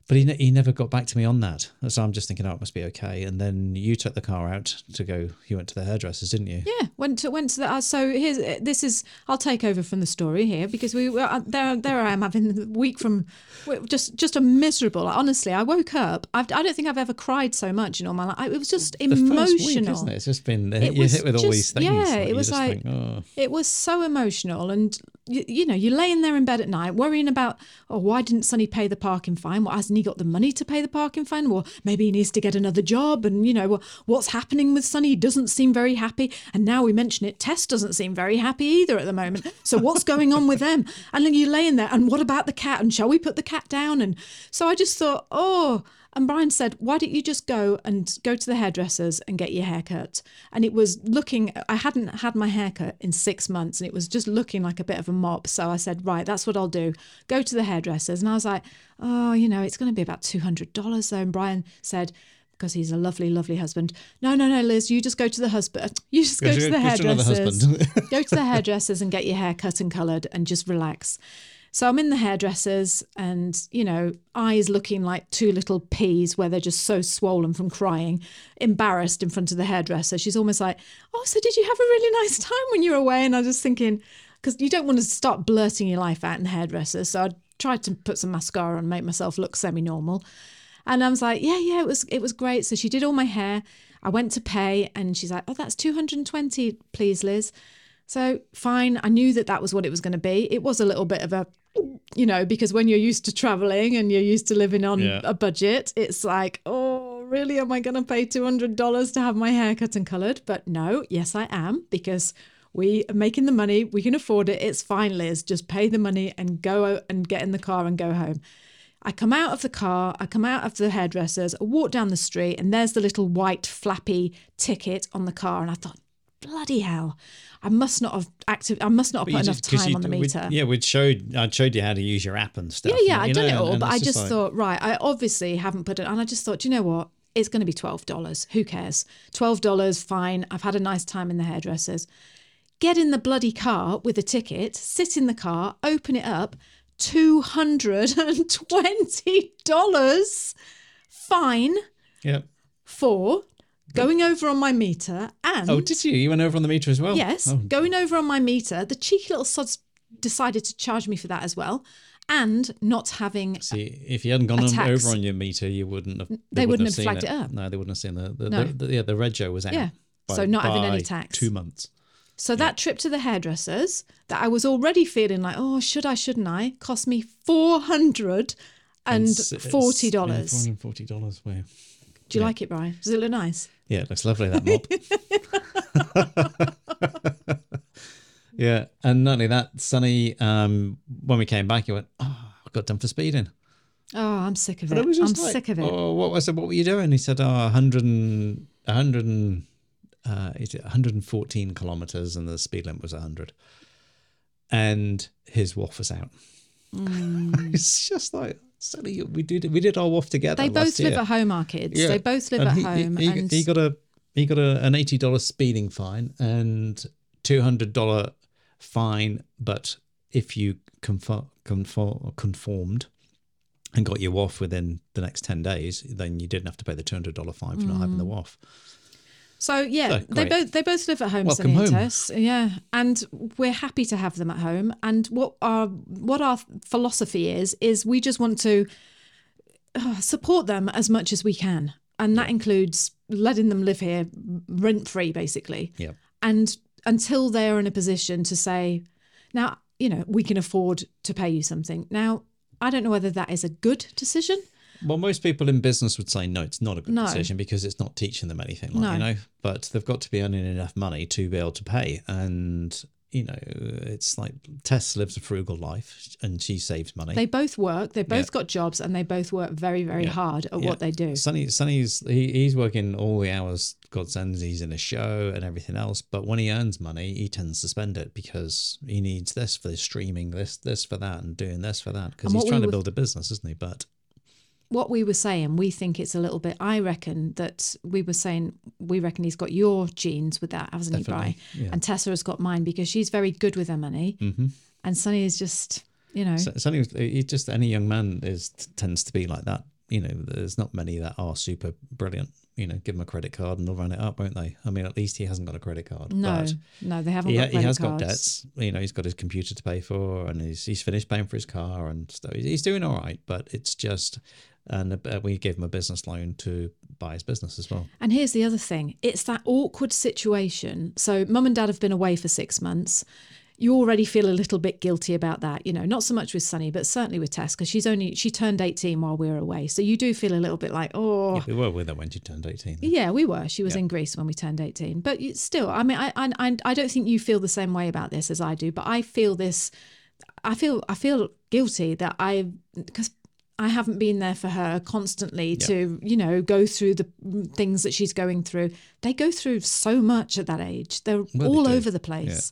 Speaker 8: But he, ne- he never got back to me on that. So I'm just thinking, oh, it must be okay. And then you took the car out to go, you went to the hairdressers, didn't you?
Speaker 7: Yeah, went to went to the. Uh, so here's this is. I'll take over from the story here because we were uh, there. There I am having the week from well, just just a miserable. Honestly, I woke up. I've, I don't think I've ever cried so much in all my life. I- It was just
Speaker 8: The
Speaker 7: emotional.
Speaker 8: first week, isn't it? It's just been,
Speaker 7: It
Speaker 8: you're
Speaker 7: was
Speaker 8: hit with all
Speaker 7: just-
Speaker 8: these things.
Speaker 7: yeah,
Speaker 8: that
Speaker 7: it
Speaker 8: you
Speaker 7: was
Speaker 8: just
Speaker 7: like-
Speaker 8: think, oh.
Speaker 7: It was so emotional, and you, you know, you're laying there in bed at night worrying about, oh, why didn't Sonny pay the parking fine? Well, hasn't he got the money to pay the parking fine? Well, maybe he needs to get another job, and you know, well, what's happening with Sonny? He doesn't seem very happy, and now we mention it, Tess doesn't seem very happy either at the moment. So what's going on with them? And then you're laying there, and what about the cat? And shall we put the cat down? And so I just thought, oh. And Brian said, Why don't you just go and go to the hairdresser's and get your hair cut? And it was looking, I hadn't had my hair cut in six months and it was just looking like a bit of a mop. So I said, Right, that's what I'll do. Go to the hairdresser's. And I was like, Oh, you know, it's going to be about $200 though. And Brian said, because he's a lovely, lovely husband. No, no, no, Liz, you just go to the husband. You just go
Speaker 8: Go to-
Speaker 7: to the
Speaker 8: go to another
Speaker 7: hairdresser's. [laughs]
Speaker 8: husband.
Speaker 7: go to the hairdresser's and get your hair cut and coloured and just relax. So I'm in the hairdresser's and, you know, eyes looking like two little peas where they're just so swollen from crying, embarrassed in front of the hairdresser. She's almost like, Oh, so did you have a really nice time when you were away? And I was just thinking, because you don't want to start blurting your life out in the hairdresser. So I tried to put some mascara on and make myself look semi normal. And I was like, yeah, yeah, it was it was great. So she did all my hair. I went to pay, and she's like, oh, that's two hundred and twenty, please, Liz. So fine, I knew that that was what it was going to be. It was a little bit of a, you know, because when you're used to traveling and you're used to living on
Speaker 8: Yeah.
Speaker 7: a budget, it's like, oh, really? Am I going to pay two hundred dollars to have my hair cut and coloured? But no, yes, I am because. We are making the money. We can afford it. It's fine, Liz. Just pay the money and go out and get in the car and go home. I come out of the car, I come out of the hairdresser's, I walk down the street, and there's the little white flappy ticket on the car. And I thought, bloody hell, I must not have active, I must not have
Speaker 8: But you
Speaker 7: put enough
Speaker 8: just- 'cause
Speaker 7: time
Speaker 8: you-
Speaker 7: on the
Speaker 8: we'd-
Speaker 7: meter.
Speaker 8: yeah, we'd showed I showed you how to use your app and stuff.
Speaker 7: Yeah, yeah,
Speaker 8: you
Speaker 7: I'd done
Speaker 8: know,
Speaker 7: it
Speaker 8: and-
Speaker 7: all,
Speaker 8: and
Speaker 7: but
Speaker 8: it's
Speaker 7: I just
Speaker 8: like-
Speaker 7: thought, right, I obviously haven't put it, and I just thought, do you know what? It's going to be twelve dollars. Who cares? Twelve dollars, fine. I've had a nice time in the hairdressers. Get in the bloody car with a ticket. Sit in the car. Open it up. Two hundred and twenty dollars fine
Speaker 8: yeah.
Speaker 7: for going over on my meter and
Speaker 8: Oh, did you? You went over on the meter as well.
Speaker 7: Hmm? Yes,
Speaker 8: Oh,
Speaker 7: going over on my meter, the cheeky little sods decided to charge me for that as well, and not having.
Speaker 8: See, if you hadn't gone on,
Speaker 7: tax.
Speaker 8: over on your meter, you wouldn't have. They,
Speaker 7: wouldn't have
Speaker 8: seen
Speaker 7: flagged it up.
Speaker 8: No, they wouldn't have seen the the,
Speaker 7: No.
Speaker 8: the, the yeah the rego was out.
Speaker 7: Yeah. So not having any
Speaker 8: by
Speaker 7: tax.
Speaker 8: Two months.
Speaker 7: So that trip to the hairdressers that I was already feeling like, oh, should I, shouldn't I, cost me four hundred and
Speaker 8: S- it's-
Speaker 7: forty
Speaker 8: Yeah, Four
Speaker 7: dollars.
Speaker 8: hundred forty dollars. Wow.
Speaker 7: Do you like it, Brian? Does it look nice?
Speaker 8: Yeah, it looks lovely that mop.
Speaker 7: [laughs]
Speaker 8: [laughs] yeah, and not only that, Sonny, um, when we came back, he went, "Oh, I got done for speeding."
Speaker 7: Oh, I'm sick of it.
Speaker 8: And I was
Speaker 7: I'm
Speaker 8: just like,
Speaker 7: sick of it.
Speaker 8: Oh, what I said, what were you doing? He said, oh, 100 and, 100 and, uh, is it 114 kilometers and the speed limit was 100. And his waff was out. [laughs] it's just like, silly, we did we did our waff together.
Speaker 7: Mm. they
Speaker 8: last
Speaker 7: both live
Speaker 8: year.
Speaker 7: at home, our kids.
Speaker 8: Yeah.
Speaker 7: They both live
Speaker 8: And
Speaker 7: at
Speaker 8: he-
Speaker 7: home.
Speaker 8: He, he,
Speaker 7: and
Speaker 8: he got a he got a, an eighty dollar speeding fine and two hundred dollar fine, but if you conform, conform conformed and got your WAF within the next ten days, then you didn't have to pay the two hundred dollar fine for not
Speaker 7: Mm.
Speaker 8: having the WAF.
Speaker 7: So yeah,
Speaker 8: So,
Speaker 7: they
Speaker 8: great.
Speaker 7: both they both live at home,
Speaker 8: Welcome
Speaker 7: Sonny and
Speaker 8: home.
Speaker 7: Tess. Yeah, and we're happy to have them at home. And what our what our philosophy is is we just want to uh, support them as much as we can, and that includes letting them live here rent free, basically.
Speaker 8: Yeah.
Speaker 7: And until they are in a position to say, now you know we can afford to pay you something. Now I don't know whether that is a good decision.
Speaker 8: Well, most people in business would say no, it's not a good
Speaker 7: No.
Speaker 8: decision because it's not teaching them anything, like, you
Speaker 7: No.
Speaker 8: know. But they've got to be earning enough money to be able to pay, and you know, it's like Tess lives a frugal life and she saves money.
Speaker 7: They both work, they both got jobs, and they both work very very hard at what they do.
Speaker 8: Sonny, Sonny's he, he's working all the hours God sends. He's in a show and everything else. But when he earns money, he tends to spend it because he needs this for streaming, this this for that, and doing this for that because
Speaker 7: And
Speaker 8: he's
Speaker 7: what we
Speaker 8: trying to
Speaker 7: were-
Speaker 8: build a business, isn't he? But
Speaker 7: what we were saying, we think it's a little bit. I reckon that we were saying we reckon he's got your genes with that, hasn't
Speaker 8: Definitely,
Speaker 7: he, Bri? And Tessa has got mine because she's very good with her money,
Speaker 8: Mm-hmm.
Speaker 7: and Sonny is just, you know,
Speaker 8: Sonny, was- he just any young man is tends to be like that. you know, there's not many that are super brilliant. You know, give them a credit card and they'll run it up, won't they? I mean, at least he hasn't got a credit card.
Speaker 7: No,
Speaker 8: but
Speaker 7: no, they haven't.
Speaker 8: he,
Speaker 7: got
Speaker 8: he has
Speaker 7: credit
Speaker 8: got
Speaker 7: cards.
Speaker 8: debts. You know, he's got his computer to pay for, and he's he's finished paying for his car and stuff. He's, he's doing all right, but it's just, and uh, we gave him a business loan to buy his business as well.
Speaker 7: And here's the other thing it's that awkward situation. So, mum and dad have been away for six months. You already feel a little bit guilty about that, you know, not so much with Sunny, but certainly with Tess, because she's only, she turned 18 while we were away. So, you do feel a little bit like, oh,
Speaker 8: We were with her when she turned eighteen.
Speaker 7: yeah, we were. She was in Greece when we turned 18. But you- still, I mean, I, I I- I don't think you feel the same way about this as I do, but I feel this I feel I feel guilty that I cuz I haven't been there for her constantly to, you know, go through the mm, things that she's going through. They go through so much at that age. They're
Speaker 8: Well, they
Speaker 7: all
Speaker 8: do.
Speaker 7: over the place.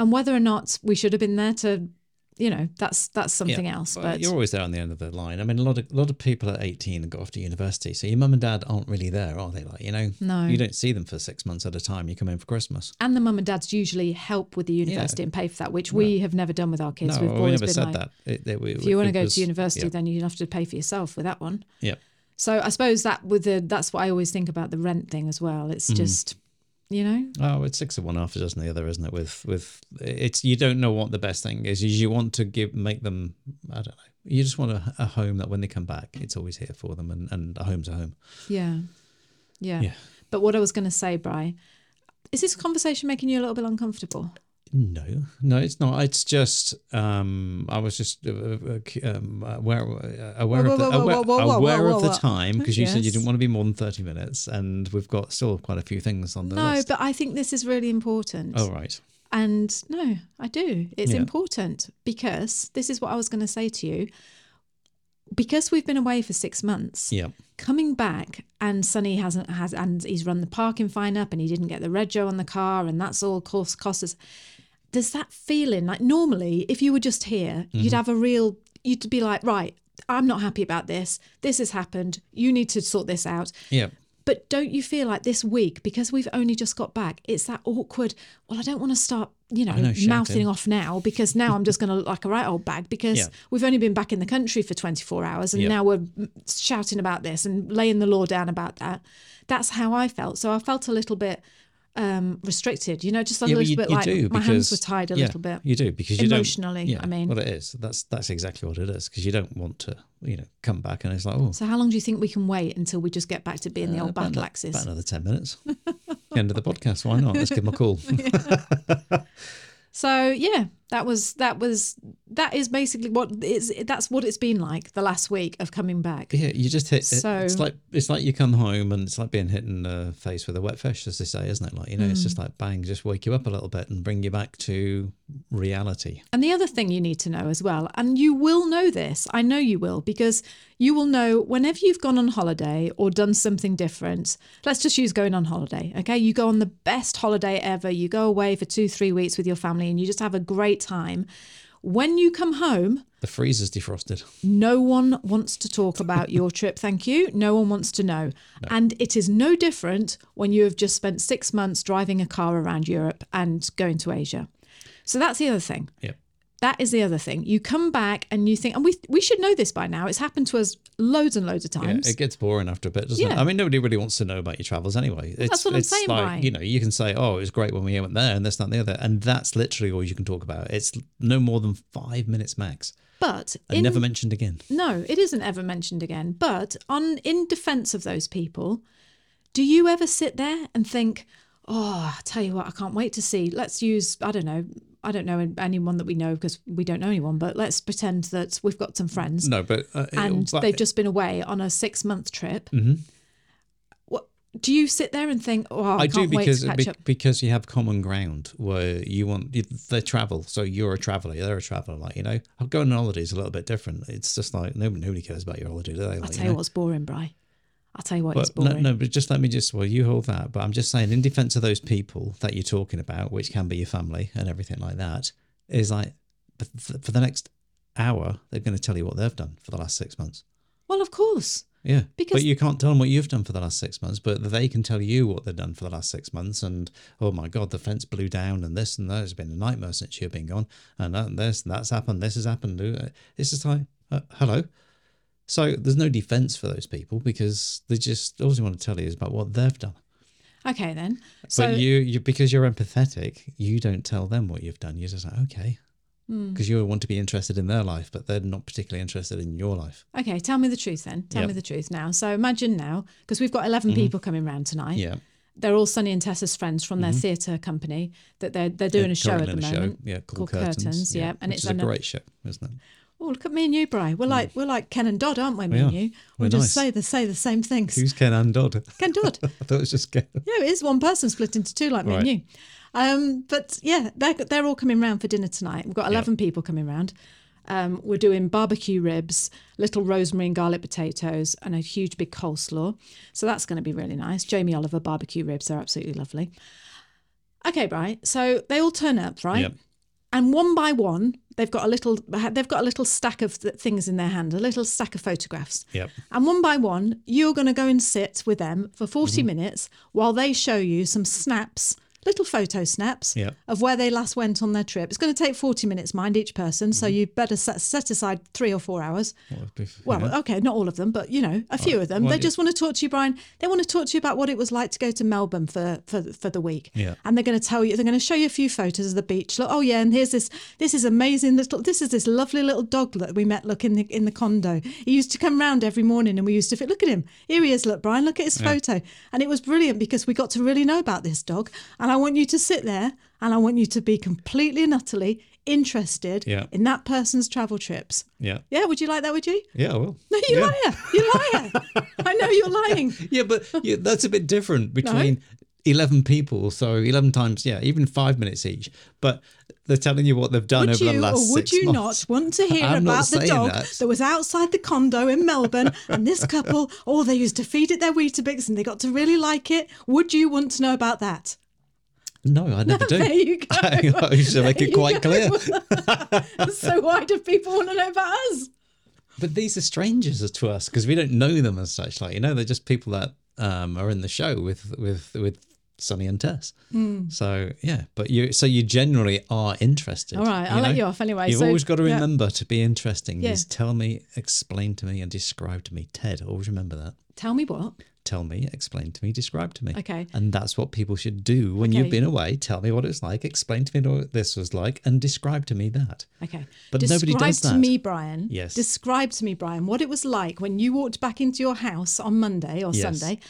Speaker 7: And whether or not we should have been there to, you know, that's that's something else.
Speaker 8: Well,
Speaker 7: But
Speaker 8: you're always there on the end of the line. I mean, a lot of a lot of people at 18 and got off to university, so your mum and dad aren't really there, are they? Like, you know,
Speaker 7: No.
Speaker 8: you don't see them for six months at a time. You come in for Christmas.
Speaker 7: and the mum and dads usually help with the university and pay for that, which we have never done with our kids.
Speaker 8: No,
Speaker 7: We've
Speaker 8: well, we
Speaker 7: always
Speaker 8: never
Speaker 7: been
Speaker 8: said
Speaker 7: like,
Speaker 8: that. It- it- it-
Speaker 7: if you want
Speaker 8: it
Speaker 7: to go
Speaker 8: was-
Speaker 7: to university,
Speaker 8: yeah,
Speaker 7: then you'd have to pay for yourself with that one.
Speaker 8: yeah.
Speaker 7: So I suppose that with the that's what I always think about the rent thing as well.
Speaker 8: Mm.
Speaker 7: It's just, you know,
Speaker 8: Oh, it's six of one, half a dozen of the other, isn't it? With with it's you don't know what the best thing is. You- You want to give make them. I don't know. You just want a, a home that when they come back, it's always here for them, and and a home's a home.
Speaker 7: yeah, yeah.
Speaker 8: Yeah.
Speaker 7: But what I was going to say, Bry, is this conversation making you a little bit uncomfortable?
Speaker 8: No, no, it's not. It's just um, I was just uh, uh, c- um, aware aware
Speaker 7: Whoa,
Speaker 8: of the
Speaker 7: whoa, whoa,
Speaker 8: aware,
Speaker 7: whoa, whoa, whoa,
Speaker 8: aware
Speaker 7: whoa,
Speaker 8: of the
Speaker 7: whoa.
Speaker 8: time because you said you
Speaker 7: Yes.
Speaker 8: didn't want to be more than thirty minutes, and we've got still quite a few things on the
Speaker 7: No,
Speaker 8: list.
Speaker 7: but I think this is really important.
Speaker 8: oh right,
Speaker 7: And no, I do. It's
Speaker 8: Yeah.
Speaker 7: important because this is what I was going to say to you. Because we've been away for six months,
Speaker 8: yeah,
Speaker 7: coming back and Sonny hasn't has and he's run the parking fine up and he didn't get the rego on the car and that's all cost cost us. There's that feeling like normally if you were just here, you'd have a real you'd be like, right, I'm not happy about this. This has happened. You need to sort this out.
Speaker 8: yeah.
Speaker 7: But don't you feel like this week, because we've only just got back, it's that awkward, well, I don't want to start, you know,
Speaker 8: know, shouting.
Speaker 7: mouthing off now because now I'm just going to look like a right old bag because
Speaker 8: Yeah.
Speaker 7: we've only been back in the country for 24 hours and
Speaker 8: Yeah.
Speaker 7: now we're shouting about this and laying the law down about that. That's how I felt. So I felt a little bit um, restricted, you know, just a
Speaker 8: yeah, but
Speaker 7: little
Speaker 8: you,
Speaker 7: bit
Speaker 8: you
Speaker 7: like
Speaker 8: do
Speaker 7: my hands
Speaker 8: because-
Speaker 7: were tied a
Speaker 8: yeah,
Speaker 7: little bit.
Speaker 8: You do because you
Speaker 7: Emotionally,
Speaker 8: Don't, yeah,
Speaker 7: I mean.
Speaker 8: well, it is. That's that's exactly what it is because you don't want to, you know, come back and it's like oh,
Speaker 7: So how long do you think we can wait until we just get back to being the old battle axes?
Speaker 8: Uh, about another ten minutes, [laughs] end of the podcast. Why not? Let's give them
Speaker 7: [laughs]
Speaker 8: a call.
Speaker 7: So yeah, that was that was that is basically what it's that's what it's been like the last week of coming back.
Speaker 8: Yeah, you just hit. it-
Speaker 7: So-
Speaker 8: it's like it's like you come home and it's like being hit in the face with a wet fish, as they say, isn't it? Like you know, it's
Speaker 7: Mm.
Speaker 8: just like bang, just wake you up a little bit and bring you back to reality.
Speaker 7: And the other thing you need to know as well, and you will know this, I know you will, because you will know whenever you've gone on holiday or done something different. Let's just use going on holiday, okay? You go on the best holiday ever, you go away for two, three weeks with your family, and you just have a great time. When you come home,
Speaker 8: The freezer's defrosted. [laughs]
Speaker 7: No one wants to talk about your trip, thank you. No one wants to know. And it is no different when you have just spent six months driving a car around Europe and going to Asia. So that's the other thing.
Speaker 8: Yeah,
Speaker 7: That is the other thing. You come back and you think, and we we should know this by now. It's happened to us loads and loads of
Speaker 8: yeah.
Speaker 7: times.
Speaker 8: It gets boring after a bit, doesn't it?
Speaker 7: Yeah.
Speaker 8: I mean, nobody really wants to know about your travels anyway. It's,
Speaker 7: what I'm
Speaker 8: it's
Speaker 7: saying,
Speaker 8: like
Speaker 7: Brian.
Speaker 8: you know, you can say, "Oh, it was great when we went there," and this, that, and the other, and that's literally all you can talk about. It's no more than five minutes max,
Speaker 7: but
Speaker 8: and
Speaker 7: in
Speaker 8: never mentioned again.
Speaker 7: No, it isn't ever mentioned again. But on in defense of those people, do you ever sit there and think, "Oh, I tell you what, I can't wait to see. Let's use I don't know, I don't know anyone that we know because we don't know anyone, but let's pretend that we've got some friends
Speaker 8: No, but uh,
Speaker 7: and
Speaker 8: but-
Speaker 7: they've just been away on a 6-month trip." Mm-hmm. What do you sit there and think, "Oh, I,
Speaker 8: I do
Speaker 7: can't wait
Speaker 8: because
Speaker 7: to catch
Speaker 8: be-
Speaker 7: up."
Speaker 8: because you have common ground where you want they travel, so you're a traveler, they're a traveler. Like you know, going on holidays a little bit different. It's just like nobody nobody cares about your holiday, do they? Like,
Speaker 7: I'll tell you
Speaker 8: know?
Speaker 7: what's boring, Bri. I'll tell you what, it's
Speaker 8: But
Speaker 7: boring.
Speaker 8: no, no, but just let me just well, you hold that. But I'm just saying, in defence of those people that you're talking about, which can be your family and everything like that, is like but th- for the next hour they're going to tell you what they've done for the last six months.
Speaker 7: Well, of course.
Speaker 8: Yeah,
Speaker 7: Because-
Speaker 8: but you can't tell them what you've done for the last six months, but they can tell you what they've done for the last six months. And oh my God, the fence blew down, and this and that. It's been a nightmare since you've been gone, and that and this and that's happened. This has happened. Uh, It's just like, uh, hello, So there's no defense for those people because they just all they want to tell you is about what they've done.
Speaker 7: Okay, then. So,
Speaker 8: but you, you, because you're empathetic, you don't tell them what you've done. You're just like, okay,
Speaker 7: Hmm.
Speaker 8: because you want to be interested in their life, but they're not particularly interested in your life.
Speaker 7: okay, tell me the truth then. Tell
Speaker 8: Yep. Mm-hmm.
Speaker 7: me the truth now. So imagine now, because we've got 11 people coming round tonight.
Speaker 8: Yeah, Mm-hmm.
Speaker 7: They're all Sonny and Tessa's friends from their theatre company that they're, they're doing a show at
Speaker 8: currently
Speaker 7: the
Speaker 8: in a
Speaker 7: moment.
Speaker 8: yeah, called, Curtains.
Speaker 7: yeah. And
Speaker 8: which
Speaker 7: it's
Speaker 8: is a
Speaker 7: on
Speaker 8: great show, isn't it?
Speaker 7: Oh, look at me and you, Bri. We're like we're like Ken and Dodd, aren't we? Me and
Speaker 8: are.
Speaker 7: you. We
Speaker 8: We're
Speaker 7: just
Speaker 8: nice.
Speaker 7: say the say the same things.
Speaker 8: Who's Ken and Dodd? [laughs]
Speaker 7: Ken Dodd.
Speaker 8: I thought it was just Ken.
Speaker 7: Yeah, it is one person split into two, like me and
Speaker 8: Right.
Speaker 7: you. Um, but yeah, they're, they're all coming round for dinner tonight. We've got 11 people coming round. Um, we're doing barbecue ribs, little rosemary and garlic potatoes, and a huge big coleslaw. So that's going to be really nice. Jamie Oliver barbecue ribs, they're absolutely lovely. Okay, right. So they all turn up, right?
Speaker 8: Yep.
Speaker 7: and one by one they've got a little they've got a little stack of th- things in their hand a little stack of photographs
Speaker 8: Yep.
Speaker 7: and one by one you're going to go and sit with them for
Speaker 8: Mm-hmm.
Speaker 7: 40 minutes while they show you some snaps little photo snaps
Speaker 8: Yep.
Speaker 7: of where they last went on their trip it's going to take 40 minutes mind each person
Speaker 8: Mm-hmm.
Speaker 7: so you better set, set aside three or four hours
Speaker 8: What would be- you
Speaker 7: well, oh,
Speaker 8: know?
Speaker 7: okay, not all of them, but you know, a few of them.
Speaker 8: Well,
Speaker 7: they
Speaker 8: it-
Speaker 7: just want to talk to you, Brian. They want to talk to you about what it was like to go to Melbourne for for, for the week.
Speaker 8: Yeah.
Speaker 7: And they're going to tell you, they're going to show you a few photos of the beach. Look, oh yeah, and here's this. This is amazing little. This is this lovely little dog that we met. Look in the in the condo. He used to come round every morning, and we used to fit. Look at him. Here he is. Look, Brian. Look at his photo. And it was brilliant because we got to really know about this dog. And I want you to sit there, and I want you to be completely and utterly interested
Speaker 8: Yeah.
Speaker 7: in that person's travel trips.
Speaker 8: yeah,
Speaker 7: Yeah, would you like that? Would you?
Speaker 8: yeah, I will.
Speaker 7: No, [laughs] you
Speaker 8: yeah.
Speaker 7: liar. You
Speaker 8: [laughs]
Speaker 7: liar. I know you're lying.
Speaker 8: Yeah, but yeah, that's a bit
Speaker 7: [laughs]
Speaker 8: different between 11 people. So 11 times, yeah, even five minutes each. But they're telling you what they've done
Speaker 7: Would
Speaker 8: over the
Speaker 7: you
Speaker 8: last
Speaker 7: or would
Speaker 8: six
Speaker 7: you
Speaker 8: months.
Speaker 7: not want to hear
Speaker 8: I'm not
Speaker 7: about the
Speaker 8: saying
Speaker 7: dog
Speaker 8: that.
Speaker 7: that was outside the condo in
Speaker 8: [laughs]
Speaker 7: Melbourne and this couple, oh, they used to feed it their Weetabix and they got to really like it? Would you want to know about that?
Speaker 8: No, I never
Speaker 7: [laughs]
Speaker 8: do.
Speaker 7: There you go.
Speaker 8: [laughs] I used to
Speaker 7: [laughs]
Speaker 8: make
Speaker 7: There
Speaker 8: it
Speaker 7: you
Speaker 8: quite
Speaker 7: go.
Speaker 8: clear.
Speaker 7: so why do people want to know about us?
Speaker 8: But these are strangers to us because we don't know them as such. Like, you know, they're just people that um, are in the show with, with, with Sonny and Tess.
Speaker 7: Hmm.
Speaker 8: So, yeah. But you, so you generally are interested.
Speaker 7: All right, I'll let you off anyway.
Speaker 8: You've
Speaker 7: So-
Speaker 8: always got to
Speaker 7: yeah.
Speaker 8: remember to be interesting.
Speaker 7: Yeah.
Speaker 8: Is tell me, explain to me, and describe to me. Ted, always remember that.
Speaker 7: Tell me what?
Speaker 8: tell me, explain to me, describe to me.
Speaker 7: Okay.
Speaker 8: And that's what people should do when you've
Speaker 7: Okay.
Speaker 8: been away. Tell me what it's like, explain to me what this was like, and describe to me that.
Speaker 7: Okay.
Speaker 8: But
Speaker 7: describe
Speaker 8: nobody does
Speaker 7: to
Speaker 8: that.
Speaker 7: me, Brian.
Speaker 8: Yes.
Speaker 7: Describe to me, Brian, what it was like when you walked back into your house on Monday or
Speaker 8: Yes.
Speaker 7: Sunday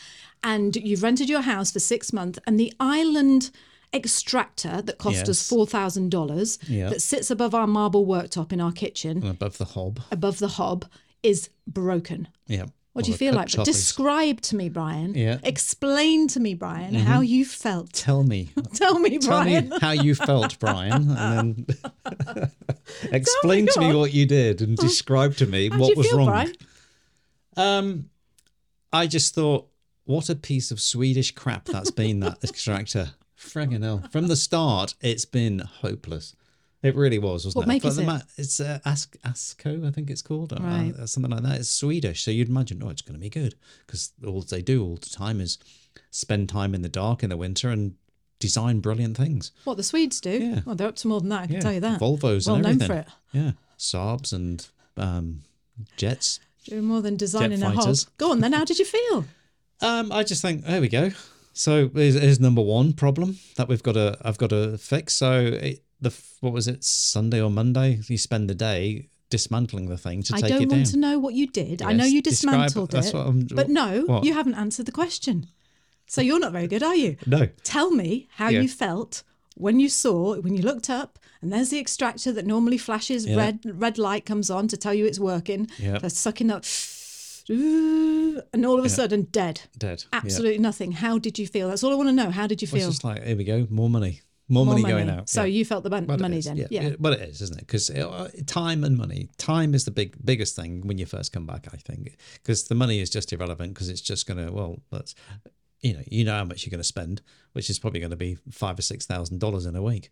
Speaker 7: and you've rented your house for six months and the island extractor that cost us
Speaker 8: Yes.
Speaker 7: four thousand dollars
Speaker 8: Yeah. Mm.
Speaker 7: that sits above our marble worktop in our kitchen
Speaker 8: And above the hob.
Speaker 7: above the hob is broken.
Speaker 8: Yeah.
Speaker 7: What do
Speaker 8: Or
Speaker 7: you
Speaker 8: the
Speaker 7: feel
Speaker 8: cook
Speaker 7: like?
Speaker 8: chop is-
Speaker 7: Describe to me, Brian.
Speaker 8: Yeah.
Speaker 7: Explain to me, Brian, how you felt. [laughs]
Speaker 8: Tell me.
Speaker 7: Tell me,
Speaker 8: Tell
Speaker 7: Brian.
Speaker 8: me how you felt,
Speaker 7: [laughs]
Speaker 8: Brian, and then explain to me
Speaker 7: what-
Speaker 8: what you did and describe to me
Speaker 7: How
Speaker 8: what
Speaker 7: do you
Speaker 8: was
Speaker 7: feel,
Speaker 8: wrong.
Speaker 7: Brian?
Speaker 8: Um, I just thought, what a piece of Swedish crap that's
Speaker 7: [laughs]
Speaker 8: been that extractor. Friggin' hell. From the start, it's been hopeless. It really was, wasn't
Speaker 7: What
Speaker 8: it?
Speaker 7: make
Speaker 8: But
Speaker 7: is
Speaker 8: the
Speaker 7: it?
Speaker 8: it's uh, Ask Asko, I think it's called, or,
Speaker 7: Right.
Speaker 8: uh, something like that. It's Swedish, so you'd imagine, oh, it's going to be good because all they do all the time is spend time in the dark in the winter and design brilliant things.
Speaker 7: What the Swedes do?
Speaker 8: Yeah.
Speaker 7: Well, they're up to more than that. I can
Speaker 8: Yeah,
Speaker 7: tell you that.
Speaker 8: Volvos
Speaker 7: well
Speaker 8: and
Speaker 7: known
Speaker 8: everything.
Speaker 7: for it.
Speaker 8: Yeah, Saabs and um, jets.
Speaker 7: Doing more than designing a hob.
Speaker 8: fighters.
Speaker 7: Go on then. How did you feel?
Speaker 8: Um, I just think there we go. So here's, here's number one problem that we've got to I've got to fix. So it, the f- what was it Sunday or Monday? You spend the day dismantling the thing to
Speaker 7: I
Speaker 8: take
Speaker 7: don't
Speaker 8: it down.
Speaker 7: want to know what you did. I know
Speaker 8: Yes,
Speaker 7: you
Speaker 8: describe it.
Speaker 7: dismantled
Speaker 8: That's
Speaker 7: it,
Speaker 8: what I'm-
Speaker 7: but no,
Speaker 8: what?
Speaker 7: you haven't answered the question. So you're not very good, are you?
Speaker 8: No.
Speaker 7: Tell me how
Speaker 8: Yeah.
Speaker 7: you felt when you saw when you looked up and there's the extractor that normally flashes red red light comes on to tell you it's working.
Speaker 8: Yeah.
Speaker 7: They're sucking up, [sniffs] ooh, and all of a sudden dead.
Speaker 8: Dead. Yeah.
Speaker 7: Absolutely nothing. How did you feel? That's all I want to know. How did you
Speaker 8: It's
Speaker 7: feel?
Speaker 8: just like here we go, more money, more,
Speaker 7: More
Speaker 8: money, going out.
Speaker 7: So
Speaker 8: Yeah.
Speaker 7: you felt the ban-
Speaker 8: Well, it
Speaker 7: money
Speaker 8: is,
Speaker 7: then?
Speaker 8: Yeah.
Speaker 7: yeah.
Speaker 8: Well, it is, isn't it? Because time and money. Time is the big biggest thing when you first come back, I think, because the money is just irrelevant because it's just going to well, that's you know you know how much you're going to spend, which is probably going to be five or six thousand dollars in a week.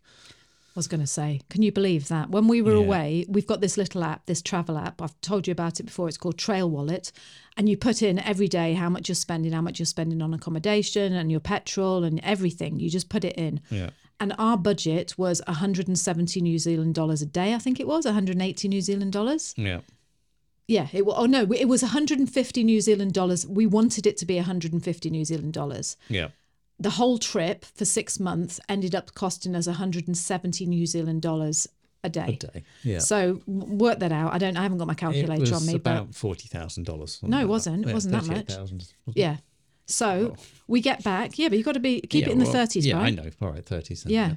Speaker 7: I was going to say, can you believe that? When we were
Speaker 8: Yeah.
Speaker 7: away, we've got this little app, this travel app. I've told you about it before. It's called Trail Wallet. And you put in every day how much you're spending, how much you're spending on accommodation and your petrol and everything. You just put it in.
Speaker 8: Yeah.
Speaker 7: And our budget was 170 New Zealand dollars a day, I think it was, 180 New Zealand dollars.
Speaker 8: Yeah.
Speaker 7: Yeah, it was. Oh no, it was 150 New Zealand dollars. We wanted it to be 150 New Zealand dollars.
Speaker 8: Yeah.
Speaker 7: The whole trip for six months ended up costing us 170 New Zealand dollars a day. A
Speaker 8: day. Yeah.
Speaker 7: So w- work that out. I don't. I haven't got my
Speaker 8: it
Speaker 7: calculator
Speaker 8: was
Speaker 7: on me,
Speaker 8: about
Speaker 7: but
Speaker 8: forty thousand dollars.
Speaker 7: No, it wasn't. It wasn't that much. yeah. So we get back. Yeah, but you've got to be keep it in the 30s,
Speaker 8: Yeah,
Speaker 7: right?
Speaker 8: I know. All right, thirties.
Speaker 7: Yeah.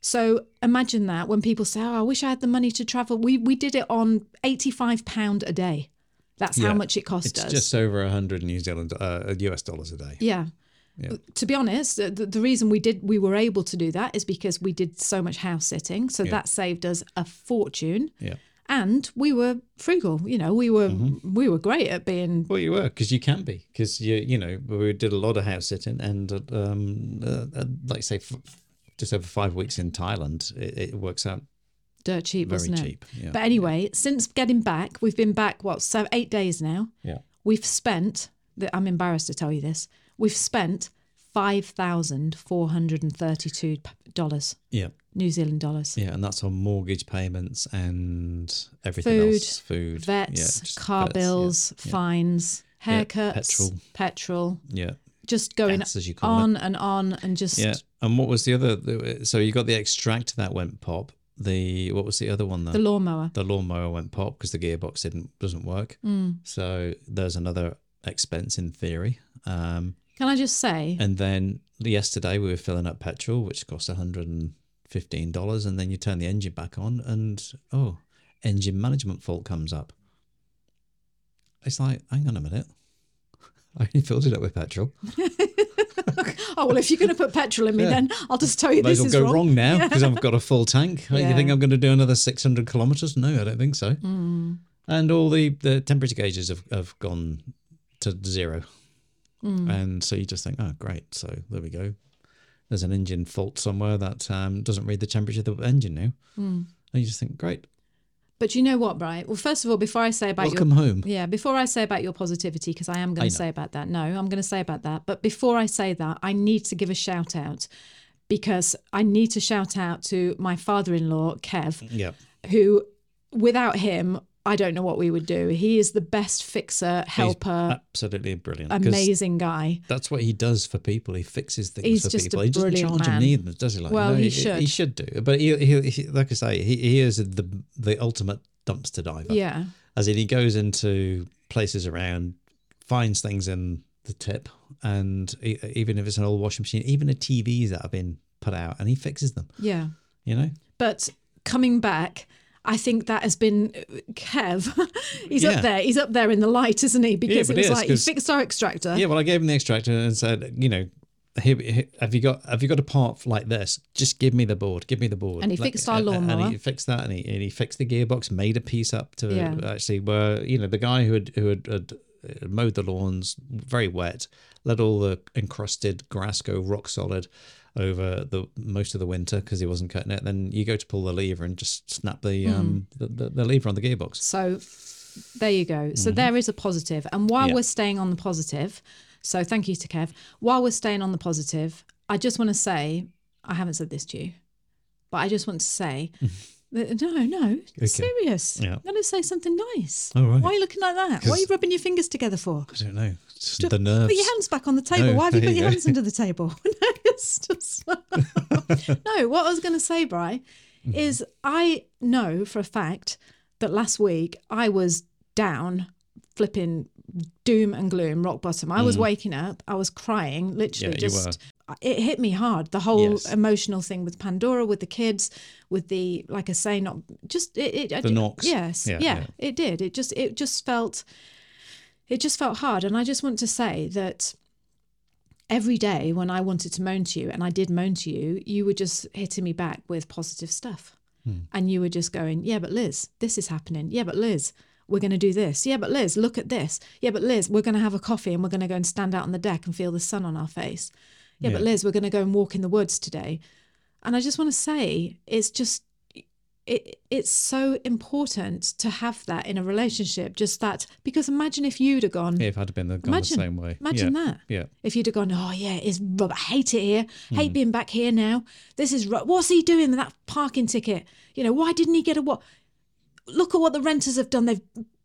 Speaker 7: So imagine that when people say, "Oh, I wish I had the money to travel." We we did it on eighty-five pound a day. That's how
Speaker 8: Yeah.
Speaker 7: much it cost
Speaker 8: It's
Speaker 7: us.
Speaker 8: just over hundred New Zealand uh, US dollars a day.
Speaker 7: yeah. To be honest, the, the reason we did we were able to do that is because we did so much house sitting, so that saved us a fortune.
Speaker 8: Yeah.
Speaker 7: And we were frugal, you know. We were
Speaker 8: Mm-hmm.
Speaker 7: we were great at being
Speaker 8: Well, you were because you can be because you you know we did a lot of house sitting and uh, um uh, uh, like say f- just over five weeks in Thailand it, it works out
Speaker 7: dirt cheap,
Speaker 8: Very
Speaker 7: wasn't it?
Speaker 8: cheap, yeah.
Speaker 7: But anyway, since getting back, we've been back what so eight days now.
Speaker 8: yeah
Speaker 7: We've spent, th- I'm embarrassed to tell you this, we've spent $5,432
Speaker 8: yeah
Speaker 7: New Zealand dollars.
Speaker 8: yeah and that's on mortgage payments and everything
Speaker 7: Food,
Speaker 8: else food yeah,
Speaker 7: Vets,
Speaker 8: just
Speaker 7: car
Speaker 8: vets, yeah,
Speaker 7: bills,
Speaker 8: yeah,
Speaker 7: fines,
Speaker 8: Yeah,
Speaker 7: haircuts,
Speaker 8: petrol.
Speaker 7: petrol,
Speaker 8: yeah.
Speaker 7: just going
Speaker 8: Gas, as you call it.
Speaker 7: on and on and just
Speaker 8: Yeah. And what was the other? So you got the extractor that went pop. The what was the other one? Then?
Speaker 7: the lawnmower.
Speaker 8: the lawnmower went pop because the gearbox didn't doesn't work. So there's another expense in theory. Um,
Speaker 7: Can I just say,
Speaker 8: and then yesterday we were filling up petrol, which cost 115 dollars, and then you turn the engine back on, and oh, engine management fault comes up. It's like, hang on a minute, [laughs] I only filled it up with petrol.
Speaker 7: oh, well, if you're going to put petrol in me,
Speaker 8: Yeah.
Speaker 7: then I'll just tell you
Speaker 8: Might as
Speaker 7: this
Speaker 8: well
Speaker 7: is
Speaker 8: go
Speaker 7: wrong. [laughs]
Speaker 8: wrong, now because I've got a full tank. You
Speaker 7: Yeah. Hmm.
Speaker 8: think I'm going to do another 600 kilometers? No, I don't think so. And all the, the temperature gauges have, have gone to zero.
Speaker 7: Hmm.
Speaker 8: And so you just think, oh, great. So there we go. There's an engine fault somewhere that um, doesn't read the temperature of the engine now.
Speaker 7: Hmm.
Speaker 8: And you just think, great,
Speaker 7: But you know what, right? Well, first of all, before I say about your
Speaker 8: welcome home.
Speaker 7: Yeah, before I say about your positivity, because I am going to say about that. No, I'm going to say about that. But before I say that, I need to give a shout out because I need to shout out to my father in law, Kev,
Speaker 8: Yeah.
Speaker 7: who without him, I don't know what we would do. He is the best fixer,
Speaker 8: He's
Speaker 7: helper,
Speaker 8: absolutely brilliant. 'Cause
Speaker 7: amazing guy.
Speaker 8: That's what he does for people. He fixes things
Speaker 7: He's
Speaker 8: for
Speaker 7: just a
Speaker 8: people. He doesn't
Speaker 7: brilliant
Speaker 8: charge
Speaker 7: man.
Speaker 8: them either, does he? Like,
Speaker 7: Well, he
Speaker 8: He
Speaker 7: should.
Speaker 8: should do. But he, he, he like I say, he, he is the the ultimate dumpster diver.
Speaker 7: Yeah.
Speaker 8: As in, he goes into places around, finds things in the tip, and e even if it's an old washing machine, even the TVs that have been put out, and he fixes them.
Speaker 7: Yeah.
Speaker 8: You know.
Speaker 7: But coming back, I think that has been Kev. [laughs] he's
Speaker 8: Yeah.
Speaker 7: up there. He's up there in the light, isn't he? Because
Speaker 8: but
Speaker 7: it was
Speaker 8: it is,
Speaker 7: like he
Speaker 8: 'cause-
Speaker 7: fixed our extractor.
Speaker 8: Yeah, well, I gave him the extractor and said, you know, here, here- have you got have you got a part like this? Just give me the board. Give me the board.
Speaker 7: And he
Speaker 8: Like,
Speaker 7: fixed our
Speaker 8: uh, And he
Speaker 7: lawnmower.
Speaker 8: fixed that, and he, and he fixed the gearbox. Made a piece up to
Speaker 7: Yeah.
Speaker 8: actually where you know the guy who had who had, had uh, mowed the lawns very wet, let all the encrusted grass go rock solid over the most of the winter because he wasn't cutting it. Then you go to pull the lever and just snap the
Speaker 7: Hmm.
Speaker 8: um the, the, the lever on the gearbox.
Speaker 7: So there you go. So there is a positive. And while
Speaker 8: Mm-hmm. Yeah.
Speaker 7: we're staying on the positive, so thank you to Kev. While we're staying on the positive, I just want to say I haven't said this to you, but I just want to
Speaker 8: [laughs]
Speaker 7: say that, no, no, serious.
Speaker 8: Yeah.
Speaker 7: I'm going to say something nice.
Speaker 8: Oh, right.
Speaker 7: Why are you looking like that? What are you rubbing your fingers together for?
Speaker 8: I don't know. It's the nerves.
Speaker 7: Put your hands back on the table.
Speaker 8: No,
Speaker 7: Why have you
Speaker 8: there
Speaker 7: put
Speaker 8: you
Speaker 7: your
Speaker 8: go.
Speaker 7: hands under the table? [laughs] no, it's just [laughs] no. What I was going to say, Bry,
Speaker 8: Mm-hmm.
Speaker 7: is I know for a fact that last week I was down, flipping doom and gloom, rock bottom. I was waking up. I was crying, literally.
Speaker 8: Mm. Yeah, you
Speaker 7: just it hit me hard. The whole
Speaker 8: Yes.
Speaker 7: emotional thing with Pandora, with the kids, with the like I say, not just it. it
Speaker 8: The knocks.
Speaker 7: Yes.
Speaker 8: Yeah,
Speaker 7: yeah.
Speaker 8: yeah.
Speaker 7: It did. It just it just felt it just felt hard. And I just want to say that every day when I wanted to moan to you, and I did moan to you, you were just hitting me back with positive stuff. And you were just going, Yeah, but Liz, this is happening. Yeah, but Liz, we're going to do this. Yeah, but Liz, look at this. Yeah, but Liz, we're going to have a coffee and we're going to go and stand out on the deck and feel the sun on our face. Yeah, but Liz, we're going to go and walk in the woods today. And I just want to say, it's just, it, it's so important to have that in a relationship, just that, because imagine if you'd have gone,
Speaker 8: Yeah, if I'd have been the, gone
Speaker 7: Imagine-
Speaker 8: the same way.
Speaker 7: imagine
Speaker 8: Yeah,
Speaker 7: that.
Speaker 8: Yeah.
Speaker 7: if you'd have gone, oh yeah, it's rub I hate it here.
Speaker 8: Hmm.
Speaker 7: Hate being back here now. This is ru- what's he doing with that parking ticket? You know, why didn't he get a what? Look at what the renters have done. They've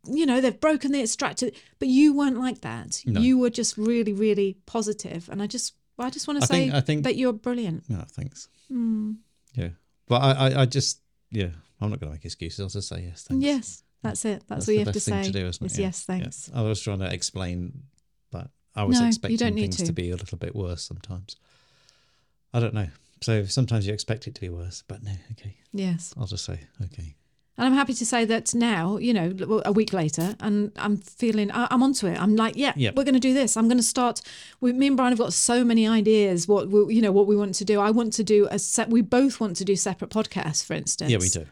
Speaker 7: you know, they've broken the extractor. But you weren't like that.
Speaker 8: No.
Speaker 7: You were just really, really positive. And I just, I just want
Speaker 8: I
Speaker 7: to say
Speaker 8: think- I think-
Speaker 7: that you're brilliant.
Speaker 8: No, thanks.
Speaker 7: Hmm.
Speaker 8: Yeah. But I, I, I just, yeah, I'm not going to make excuses. I'll just say yes, thanks.
Speaker 7: Yes, that's it. That's,
Speaker 8: That's
Speaker 7: all you
Speaker 8: the
Speaker 7: have to
Speaker 8: best thing
Speaker 7: say.
Speaker 8: to do, isn't it?
Speaker 7: is
Speaker 8: Yeah.
Speaker 7: yes,
Speaker 8: Yeah.
Speaker 7: thanks.
Speaker 8: I was trying to explain that I was
Speaker 7: No, you
Speaker 8: expecting
Speaker 7: don't need
Speaker 8: things to.
Speaker 7: to.
Speaker 8: be a little bit worse sometimes. I don't know. So sometimes you expect it to be worse, but no, okay.
Speaker 7: Yes.
Speaker 8: I'll just say, okay.
Speaker 7: And I'm happy to say that now, you know, l- a week later, and I'm feeling I- I'm onto it. I'm like, yeah,
Speaker 8: Yeah.
Speaker 7: we're going to do this. I'm going to start. We, me and Brian have got so many ideas. What we, you know, what we want to do. I want to do a set. We both want to do separate podcasts, for instance.
Speaker 8: Yeah, we do.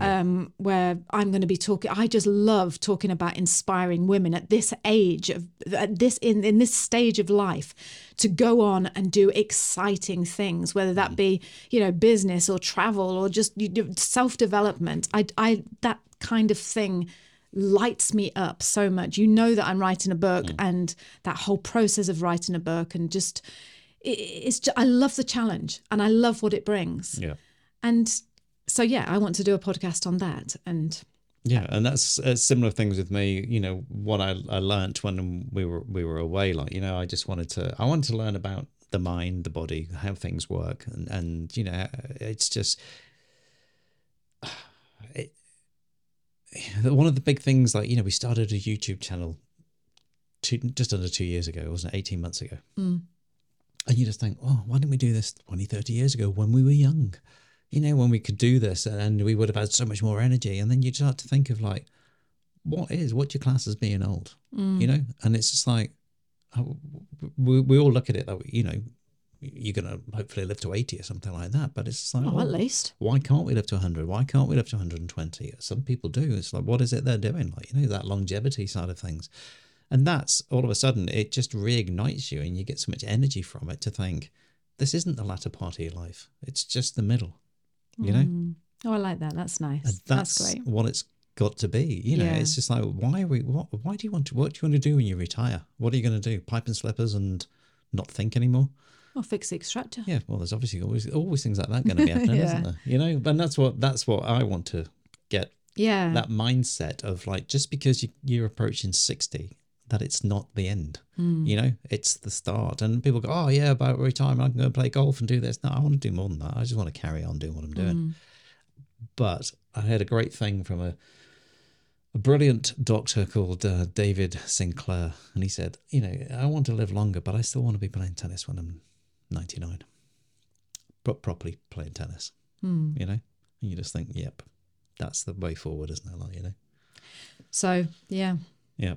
Speaker 7: Um, where I'm going to be talking. I just love talking about inspiring women at this age of at this in in this stage of life to go on and do exciting things, whether that be you know business or travel or just self development. I I that kind of thing lights me up so much. You know that I'm writing a book and that whole process of writing a book and just it, it's just, I love the challenge and I love what it brings.
Speaker 8: Yeah.
Speaker 7: And so yeah, I want to do a podcast on that. And
Speaker 8: Yeah, and that's uh, similar things with me. You know what I I learnt when we were we were away. Like you know, I just wanted to I wanted to learn about the mind, the body, how things work, and and you know, it's just it, one of the big things. Like you know, we started a YouTube channel two just under two years ago, wasn't it? Eighteen months ago. And you just think, oh, why didn't we do this 20, 30 years ago when we were young? you know, when we could do this and we would have had so much more energy. And then you start to think of like, what is, what do you class as being old? You know? And it's just like, oh, we, we all look at it that, you know, you're going to hopefully live to 80 or something like that. But it's just like,
Speaker 7: oh, at
Speaker 8: oh,
Speaker 7: least
Speaker 8: why can't we live to 100? Why can't we live to 120? Some people do. It's like, what is it they're doing? Like, you know, that longevity side of things. And that's all of a sudden, it just reignites you and you get so much energy from it to think, this isn't the latter part of your life. It's just the middle, you know?
Speaker 7: oh, I like that. That's nice.
Speaker 8: And
Speaker 7: that's,
Speaker 8: that's,
Speaker 7: great.
Speaker 8: what it's got to be. You know,
Speaker 7: Yeah.
Speaker 8: it's just like, why are we, what, why do you want to, what do you want to do when you retire? What are you going to do? Pipe and slippers and not think anymore?
Speaker 7: I'll fix the extractor.
Speaker 8: Yeah, well, there's obviously always always things like that going to be happening, isn't
Speaker 7: Yeah.
Speaker 8: there? You know, and that's what that's what I want to get
Speaker 7: Yeah.
Speaker 8: that mindset of like just because you, you're approaching sixty, that it's not the end. You know, it's the start. And people go, "Oh yeah, about retirement, I can go play golf and do this." No, I want to do more than that. I just want to carry on doing what I'm doing. But I heard a great thing from a a brilliant doctor called uh, David Sinclair, and he said, "You know, I want to live longer, but I still want to be playing tennis when I'm 99." but properly playing tennis. You know, and you just think, yep, that's the way forward, isn't it? Like you know,
Speaker 7: So yeah.
Speaker 8: yeah,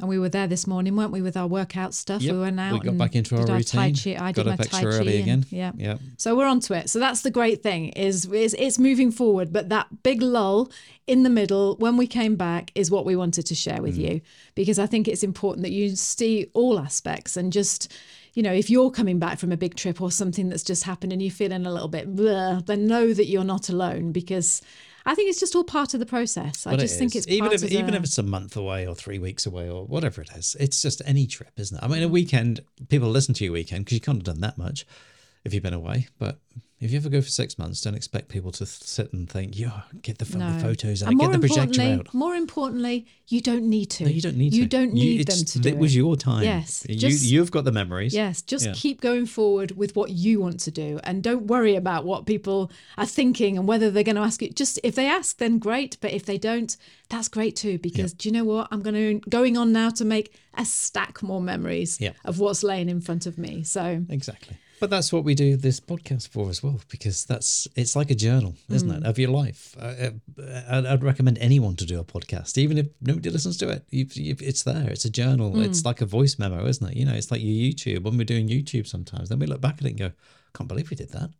Speaker 7: And we were there this morning, weren't we, with our workout stuff?
Speaker 8: Yep.
Speaker 7: We went out.
Speaker 8: We got
Speaker 7: and
Speaker 8: back into
Speaker 7: did
Speaker 8: our
Speaker 7: Tai
Speaker 8: routine.
Speaker 7: chi. I
Speaker 8: Got
Speaker 7: did my
Speaker 8: up extra
Speaker 7: tai chi
Speaker 8: early
Speaker 7: and-
Speaker 8: again.
Speaker 7: Yeah.
Speaker 8: Yep.
Speaker 7: So we're onto it. So that's the great thing is, is it's moving forward, but that big lull in the middle when we came back is what we wanted to share with
Speaker 8: Mm.
Speaker 7: you because I think it's important that you see all aspects and just you know if you're coming back from a big trip or something that's just happened and you're feeling a little bit bleh, then know that you're not alone because I think it's just all part of the process. I
Speaker 8: But it
Speaker 7: just think
Speaker 8: is.
Speaker 7: it's
Speaker 8: even
Speaker 7: part
Speaker 8: if
Speaker 7: of
Speaker 8: even
Speaker 7: the-
Speaker 8: if it's a month away or three weeks away or whatever it is, it's just any trip, isn't it? I mean,
Speaker 7: Mm.
Speaker 8: a weekend people listen to your weekend because you can't have done that much if you've been away. But if you ever go for six months, don't expect people to sit and think, yeah, get the, no. the photos out,
Speaker 7: And
Speaker 8: get the projector
Speaker 7: importantly,
Speaker 8: out.
Speaker 7: More importantly, you don't need to.
Speaker 8: No, you don't need
Speaker 7: You
Speaker 8: to.
Speaker 7: don't need them
Speaker 8: it's-
Speaker 7: to do
Speaker 8: It was your time.
Speaker 7: Yes,
Speaker 8: you,
Speaker 7: just-
Speaker 8: you've got the memories.
Speaker 7: Yes, just
Speaker 8: Yeah.
Speaker 7: keep going forward with what you want to do and don't worry about what people are thinking and whether they're going to ask you. Just if they ask, then great. But if they don't, that's great too. Because do you know what? I'm going to going on now to make a stack more memories
Speaker 8: Yeah.
Speaker 7: of what's laying in front of me. So
Speaker 8: Exactly. But that's what we do this podcast for as well, because that's it's like a journal, isn't
Speaker 7: Mm.
Speaker 8: it, of your life? I, I, I'd- I'd recommend anyone to do a podcast, even if nobody listens to it. You, you, it's there. It's a journal.
Speaker 7: Mm.
Speaker 8: It's like a voice memo, isn't it? You know, it's like your YouTube. When we're doing YouTube, sometimes then we look back at it and go, "Can't believe we did that,"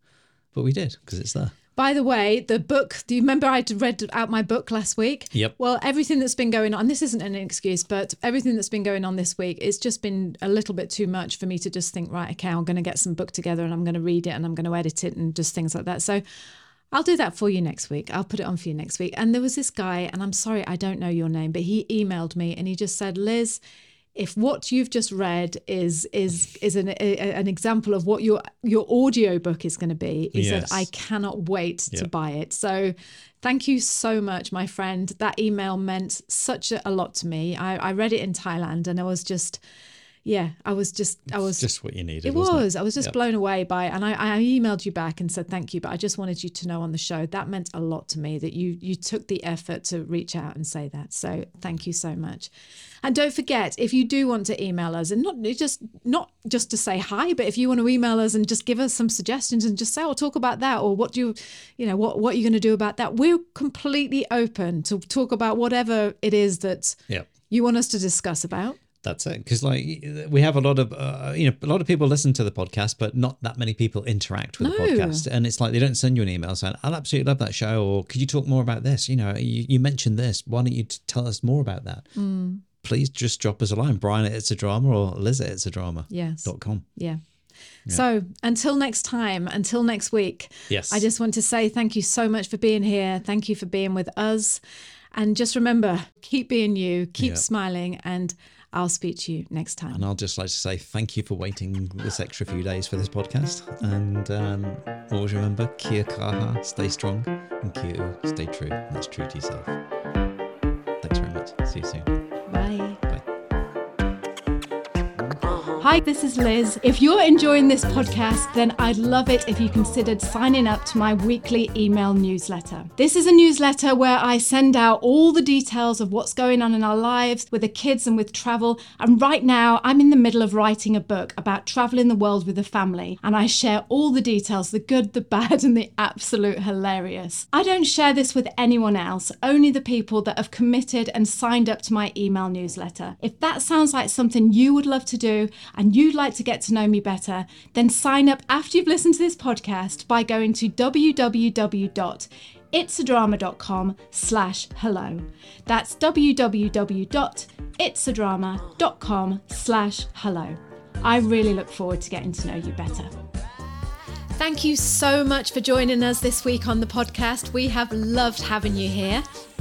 Speaker 8: but we did because it's there.
Speaker 7: By the way, the book, do you remember I read out my book last week?
Speaker 8: Yep.
Speaker 7: Well, everything that's been going on, this isn't an excuse, but everything that's been going on this week, it's just been a little bit too much for me to just think, right, okay, I'm going to get some book together and I'm going to read it and I'm going to edit it and just things like that. So I'll do that for you next week. I'll put it on for you next week. And there was this guy, and I'm sorry, I don't know your name, but he emailed me and he just said, Liz, if what you've just read is is is an a, an example of what your your audio book is going to be he
Speaker 8: Yes.
Speaker 7: said i cannot wait
Speaker 8: Yeah.
Speaker 7: to buy it so thank you so much my friend that email meant such a a lot to me i, I read it in thailand and i was just yeah i was just i was
Speaker 8: just what you needed.
Speaker 7: it
Speaker 8: wasn't
Speaker 7: was. I was just
Speaker 8: Yep.
Speaker 7: blown away by, and I, I emailed you back and said thank you, but I just wanted you to know on the show that meant a lot to me that you you took the effort to reach out and say that. So thank you so much, and don't forget if you do want to email us and not just not just to say hi, but if you want to email us and just give us some suggestions and just say, oh, talk about that, or what do you, you know, what what are you going to do about that? We're completely open to talk about whatever it is that
Speaker 8: Yep.
Speaker 7: you want us to discuss about.
Speaker 8: That's it. Because like we have a lot of uh, you know a lot of people listen to the podcast, but not that many people interact with the
Speaker 7: No.
Speaker 8: podcast. And it's like they don't send you an email saying, "I'll absolutely love that show," or "Could you talk more about this?" You know, you, you mentioned this. Why don't you t- tell us more about that?
Speaker 7: Mm.
Speaker 8: Please just drop us a line, Brian at It's a Drama or Liz at It's a Drama
Speaker 7: Yes.
Speaker 8: dot com.
Speaker 7: Yeah. So until next time, until next week,
Speaker 8: Yes.
Speaker 7: I just want to say thank you so much for being here. Thank you for being with us. And just remember, keep being you, keep
Speaker 8: Yeah.
Speaker 7: smiling, and I'll speak to you next time.
Speaker 8: And I'll just like to say thank you for waiting this extra few days for this podcast. And um, always remember, kia kaha, stay strong, and kia ora, stay true. And that's true to yourself. Thanks very much. See you soon.
Speaker 7: Bye.
Speaker 8: Bye.
Speaker 7: Hi, this is Liz. If you're enjoying this podcast, then I'd love it if you considered signing up to my weekly email newsletter. This is a newsletter where I send out all the details of what's going on in our lives with the kids and with travel. And right now, I'm in the middle of writing a book about traveling the world with a family, and I share all the details the good, the bad, and the absolute hilarious. I don't share this with anyone else, only the people that have committed and signed up to my email newsletter. If that sounds like something you would love to do and you'd like to get to know me better, then sign up after you've listened to this podcast by going to www.itsadrama.com slash hello. That's www.itsadrama.com slash hello. I really look forward to getting to know you better. Thank you so much for joining us this week on the podcast. We have loved having you here.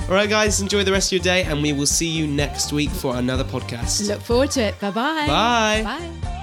Speaker 9: All right, guys, enjoy the rest of your day, and we will see you next week for another podcast.
Speaker 7: Look forward to it. Bye-bye.
Speaker 9: Bye.
Speaker 7: Bye.